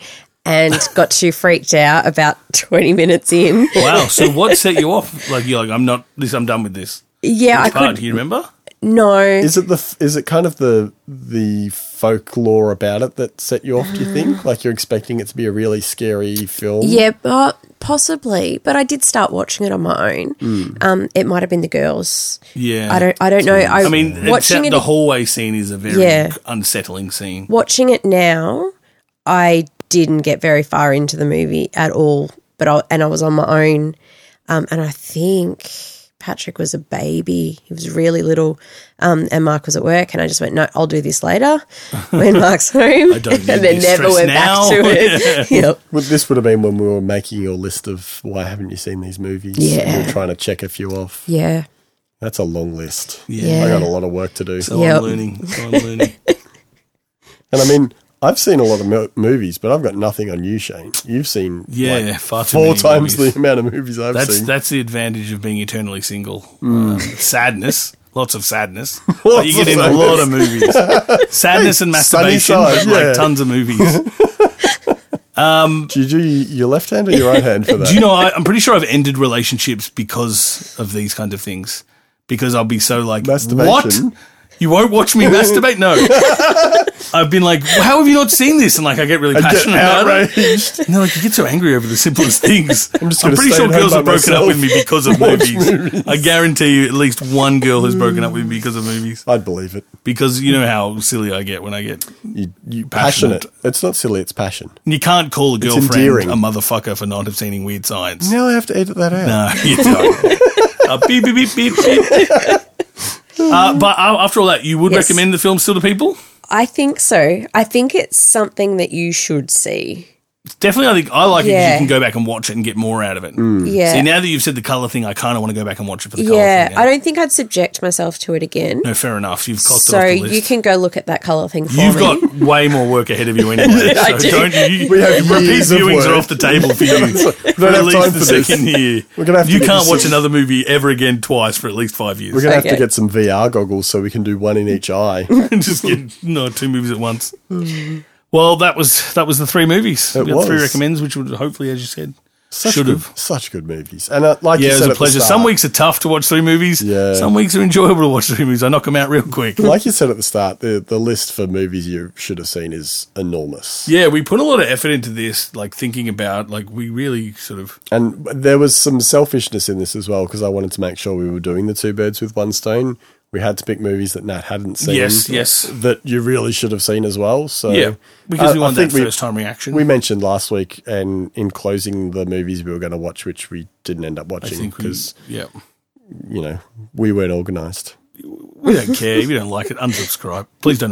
and got too freaked out about <laughs> 20 minutes in. Wow. So <laughs> what set you off? Like you're like, I'm not this. I'm done with this. Yeah, I Which part? could. Do you remember? No. is it the f- is it kind of the the folklore about it that set you off? Do you think like you're expecting it to be a really scary film? Ah. Yeah, but possibly. But I did start watching it on my own. Um, it might have been the girls. Yeah. I don't. I don't know. I, I mean, watching except it the hallway scene is a very Yeah. unsettling scene. watching it now, I didn't get very far into the movie at all. But I and I was on my own, um, and I think Patrick was a baby. He was really little, um, and Mark was at work. And I just went, "No, I'll do this <laughs> later when Mark's home." I don't need <laughs> and then this never stress went now. <laughs> back to it. yep. Well, this would have been when we were making your list of why haven't you seen these movies? Yeah. We were trying to check a few off. Yeah. That's a long list. Yeah. I got a lot of work to do. So Yep. I'm learning. So <laughs> I'm learning. And I mean, I've seen a lot of mo- movies, but I've got nothing on you, Shane. You've seen Yeah, like, far too four many times movies. the amount of movies I've That's seen. that's the advantage of being eternally single. Um, sadness, lots of <laughs> sadness. you Hmm. of get in a sadness. lot of <laughs> movies. sadness and sunny masturbation, side, but yeah. like tons of movies. <laughs> Do you do your left hand or your right hand for that? Do you know? I, I'm pretty sure I've ended relationships because of these kind of things. Because I'll be so like, Masturbation. what? You won't watch <laughs> me masturbate? No. I've been like, how have you not seen this? And like, <laughs> I get really I get passionate about it. outraged. And they're like, you get so angry over <laughs> the simplest things. I'm, just gonna pretty stay sure at home girls by have broken up myself. with me because <laughs> of movies. I guarantee you, at least one girl has broken up with me because of movies. I'd believe it. Because you know how silly I get when I get. You, you passionate. Passionate. It's not silly. It's passion. You can't call a endearing. girlfriend a motherfucker for not have seen <laughs> weird signs. Now I have to edit that out. <laughs> No, you don't. uh, beep, beep, beep, beep, beep. Uh, but uh, after all that, you would Yes. recommend the film still to people? I think so. I think it's something that you should see. Definitely, I think I like it. 'cause Yeah. You can go back and watch it and get more out of it. Mm. Yeah. Hmm. See, now that you've said the color thing, I kind of want to go back and watch it for the color yeah. thing. I don't think I'd subject myself to it again. No, fair enough. You've clocked so it off the list. you can go look at that color thing for You've me. got way more work ahead of you <laughs> anyway. Yeah, I so do. don't you, <laughs> We have repeat years of viewings work. are off the table for you. <laughs> We for don't at have least time the for this. second year. We're gonna have to you get can't you watch some- another movie ever again twice for at least five years. We're <laughs> gonna have Okay. to get some VR goggles so we can do one in each <laughs> eye. Just get no two movies at once. <sighs> well, that was that was the three movies. It we got three was. recommends, which would hopefully, as you said, Such should good, have. such good movies. And uh, like Yeah, you it was said, at a the pleasure. start- Some weeks are tough to watch three movies. Yeah. Some weeks are enjoyable to watch three movies. I knock them out real quick. like you said at the start, the the list for movies you should have seen is enormous. Yeah, we put a lot of effort into this, like thinking about, like we really sort of And there was some selfishness in this as well because I wanted to make sure we were doing the two birds with one stone. We had to pick movies that Nat hadn't seen. Yes, yes. That you really should have seen as well. So uh, yeah, because I- we I want think that we- first time reaction. We mentioned last week, and in closing, the movies we were going to watch, which we didn't end up I watching think we, because yeah, you know we weren't organised. we don't care. if you don't like it, unsubscribe. Please don't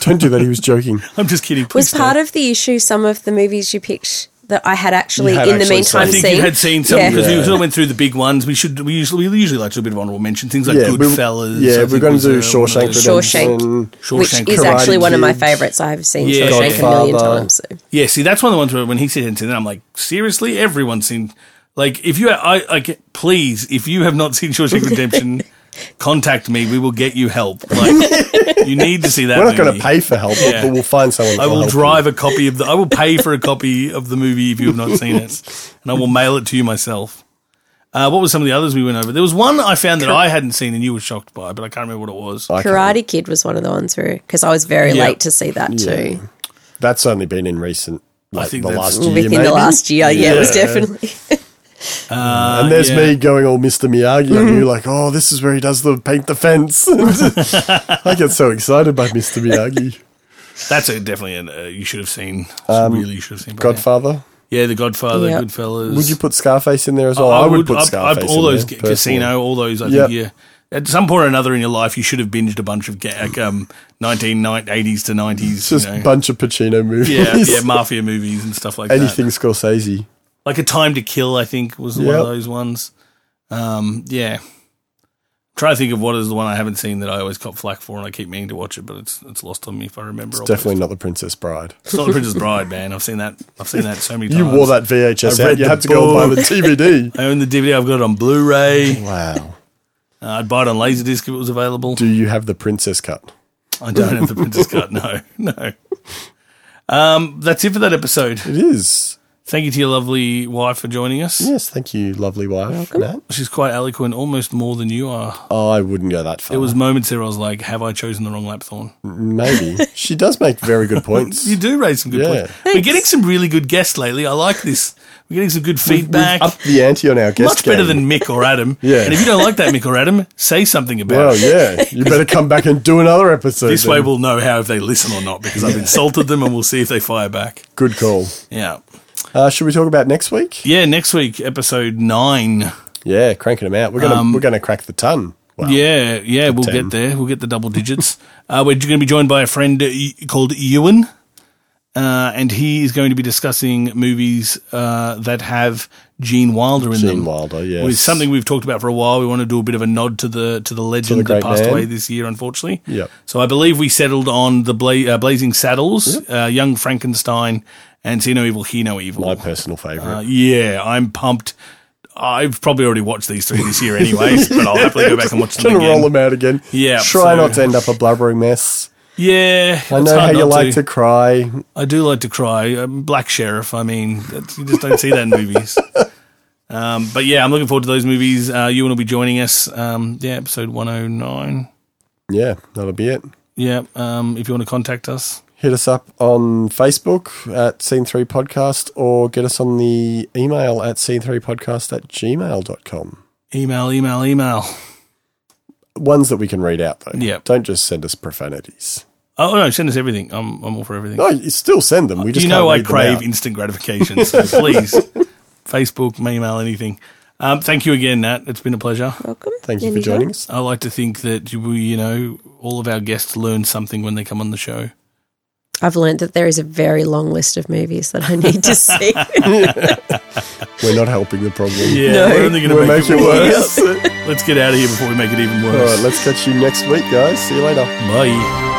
<laughs> <laughs> Don't do that. He was joking. I'm just kidding. Please was don't. part of the issue some of the movies you picked that I had actually You had in the actually I meantime seen. think seen. you had seen some because Yeah. we sort of went through the big ones. We should we usually we usually like to do a bit of honorable mention things like yeah, we- Goodfellas. I yeah, think we're going was, to do uh, one of Shawshank those- Redemption. Shawshank which is Redemption. actually one of Karate my Kid. favorites. I've seen Yeah. Shawshank a million Godfather. times. So. Yeah, see, that's one of the ones where when he said it, and I'm like, seriously, everyone's seen. Like, if you, I, I get, please, if you have not seen Shawshank <laughs> Redemption, contact me. We will get you help. Like, you need to see that. We're not going movie. to pay for help, Yeah. but we'll find someone. I that'll will help drive a copy of the. I will pay for a copy of the movie if you have not seen it, and I will mail it to you myself. Uh, what were some of the others we went over? There was one I found that I hadn't seen and you were shocked by, but I can't remember what it was. I can't- Karate Kid was one of the ones where because I was very Yeah. late to see that too. That's only been in recent, like think the that's- last year. Within maybe. the last year, yeah, it was Yeah. definitely Uh, And there's yeah. me going all Mr. Miyagi on Mm-hmm. you, like, oh, this is where he does the paint the fence. <laughs> I get so excited by Mr. Miyagi. That's a, definitely an, uh, you should have seen. really, you should have seen. by now. Um, Godfather. Yeah, The Godfather, Yep. Goodfellas. Would you put Scarface in there as well? I, would, put I- I- Scarface all in those there, ca- personally. casino, all those. I Yep. think yeah. At some point or another in your life, you should have binged a bunch of ga- like, um, 1980s to 90s. Just you a know. bunch of Pacino movies. yeah, <laughs> yeah, mafia movies and stuff like that. Anything Scorsese. like a time to kill i think was one Yep. of those ones um yeah try to think of what is the one i haven't seen that i always cop flack for and i keep meaning to watch it but it's it's lost on me if i remember It's all definitely not The Princess Bride. it's not the princess bride man i've seen that i've seen that so many <laughs> times You wore that VHS I out. read You the had to go and buy the DVD. i own the dvd i've got it on <laughs> blu-ray wow. uh, i'd buy it on laserdisc if it was available Do you have the princess cut? i don't have the princess cut no <laughs> no um that's it for that episode It is. thank you to your lovely wife for joining us Yes, thank you, lovely wife. Nat. she's quite eloquent almost more than you are I wouldn't go that far. it was moments there i was like have i chosen the wrong lapthorn <laughs> maybe she does make very good points. You do raise some good Yeah. points. We're getting some really good guests lately. I like this. We're getting some good feedback. Up <laughs> the ante on our guest. Much better game. than Mick or Adam. <laughs> Yeah. And if you don't like that, Mick or Adam, say something about Well, <laughs> it. yeah. You better come back and do another episode. This way then. we'll know how if they listen or not because I've insulted them and we'll see if they fire back. Good call. Yeah. Uh, should we talk about next week? Yeah, next week, episode nine. Yeah, cranking them out. We're gonna we're gonna crack the ton. Wow. Um, Yeah, yeah, we'll ten. get there. We'll get the double digits. <laughs> uh, we're going to be joined by a friend uh, y- called Ewan, uh, and he is going to be discussing movies uh, that have Gene Wilder in them. Gene Wilder, yes. It's something we've talked about for a while. We want to do a bit of a nod to the to the legend great that passed man. away this year, unfortunately. Yep. So I believe we settled on the Bla- uh, Blazing Saddles, uh, Young Frankenstein, and See No Evil, Hear No Evil. My personal favorite. Uh, yeah, I'm pumped. I've probably already watched these three this year, anyways, but I'll happily go back <laughs> and watch them Trying to roll again. them out again. Yeah, Try so- not to end up a blubbering mess. Yeah, I know how you like to cry. I do like to cry. Um, Black Sheriff. I mean, that's, you just don't see that <laughs> in movies. Um, but yeah, I'm looking forward to those movies. Uh, Ewan will be joining us. Um, yeah, episode 109. Yeah, that'll be it. Yeah, um, if you want to contact us, hit us up on Facebook at Scene 3 Podcast or get us on the email at scene3podcast at gmail.com. email, email, email. Ones that we can read out, though. Yeah. Don't just send us profanities. Oh no, send us everything. I'm I'm all for everything. No, you still send them. We just you know I can't read them crave out. instant <laughs> gratification, so please, Facebook, email, anything. Um, thank you again, Nat. It's been a pleasure. welcome. Thank you for Anytime. joining us. I like to think that we, you know, all of our guests learn something when they come on the show. I've learned that there is a very long list of movies that I <laughs> need to see. We're not helping the problem. <laughs> Yeah, No. we're only going to We'll make, it worse. All Let's get out of here before we make it even right, worse. let's catch you next week, guys. See you later. Bye.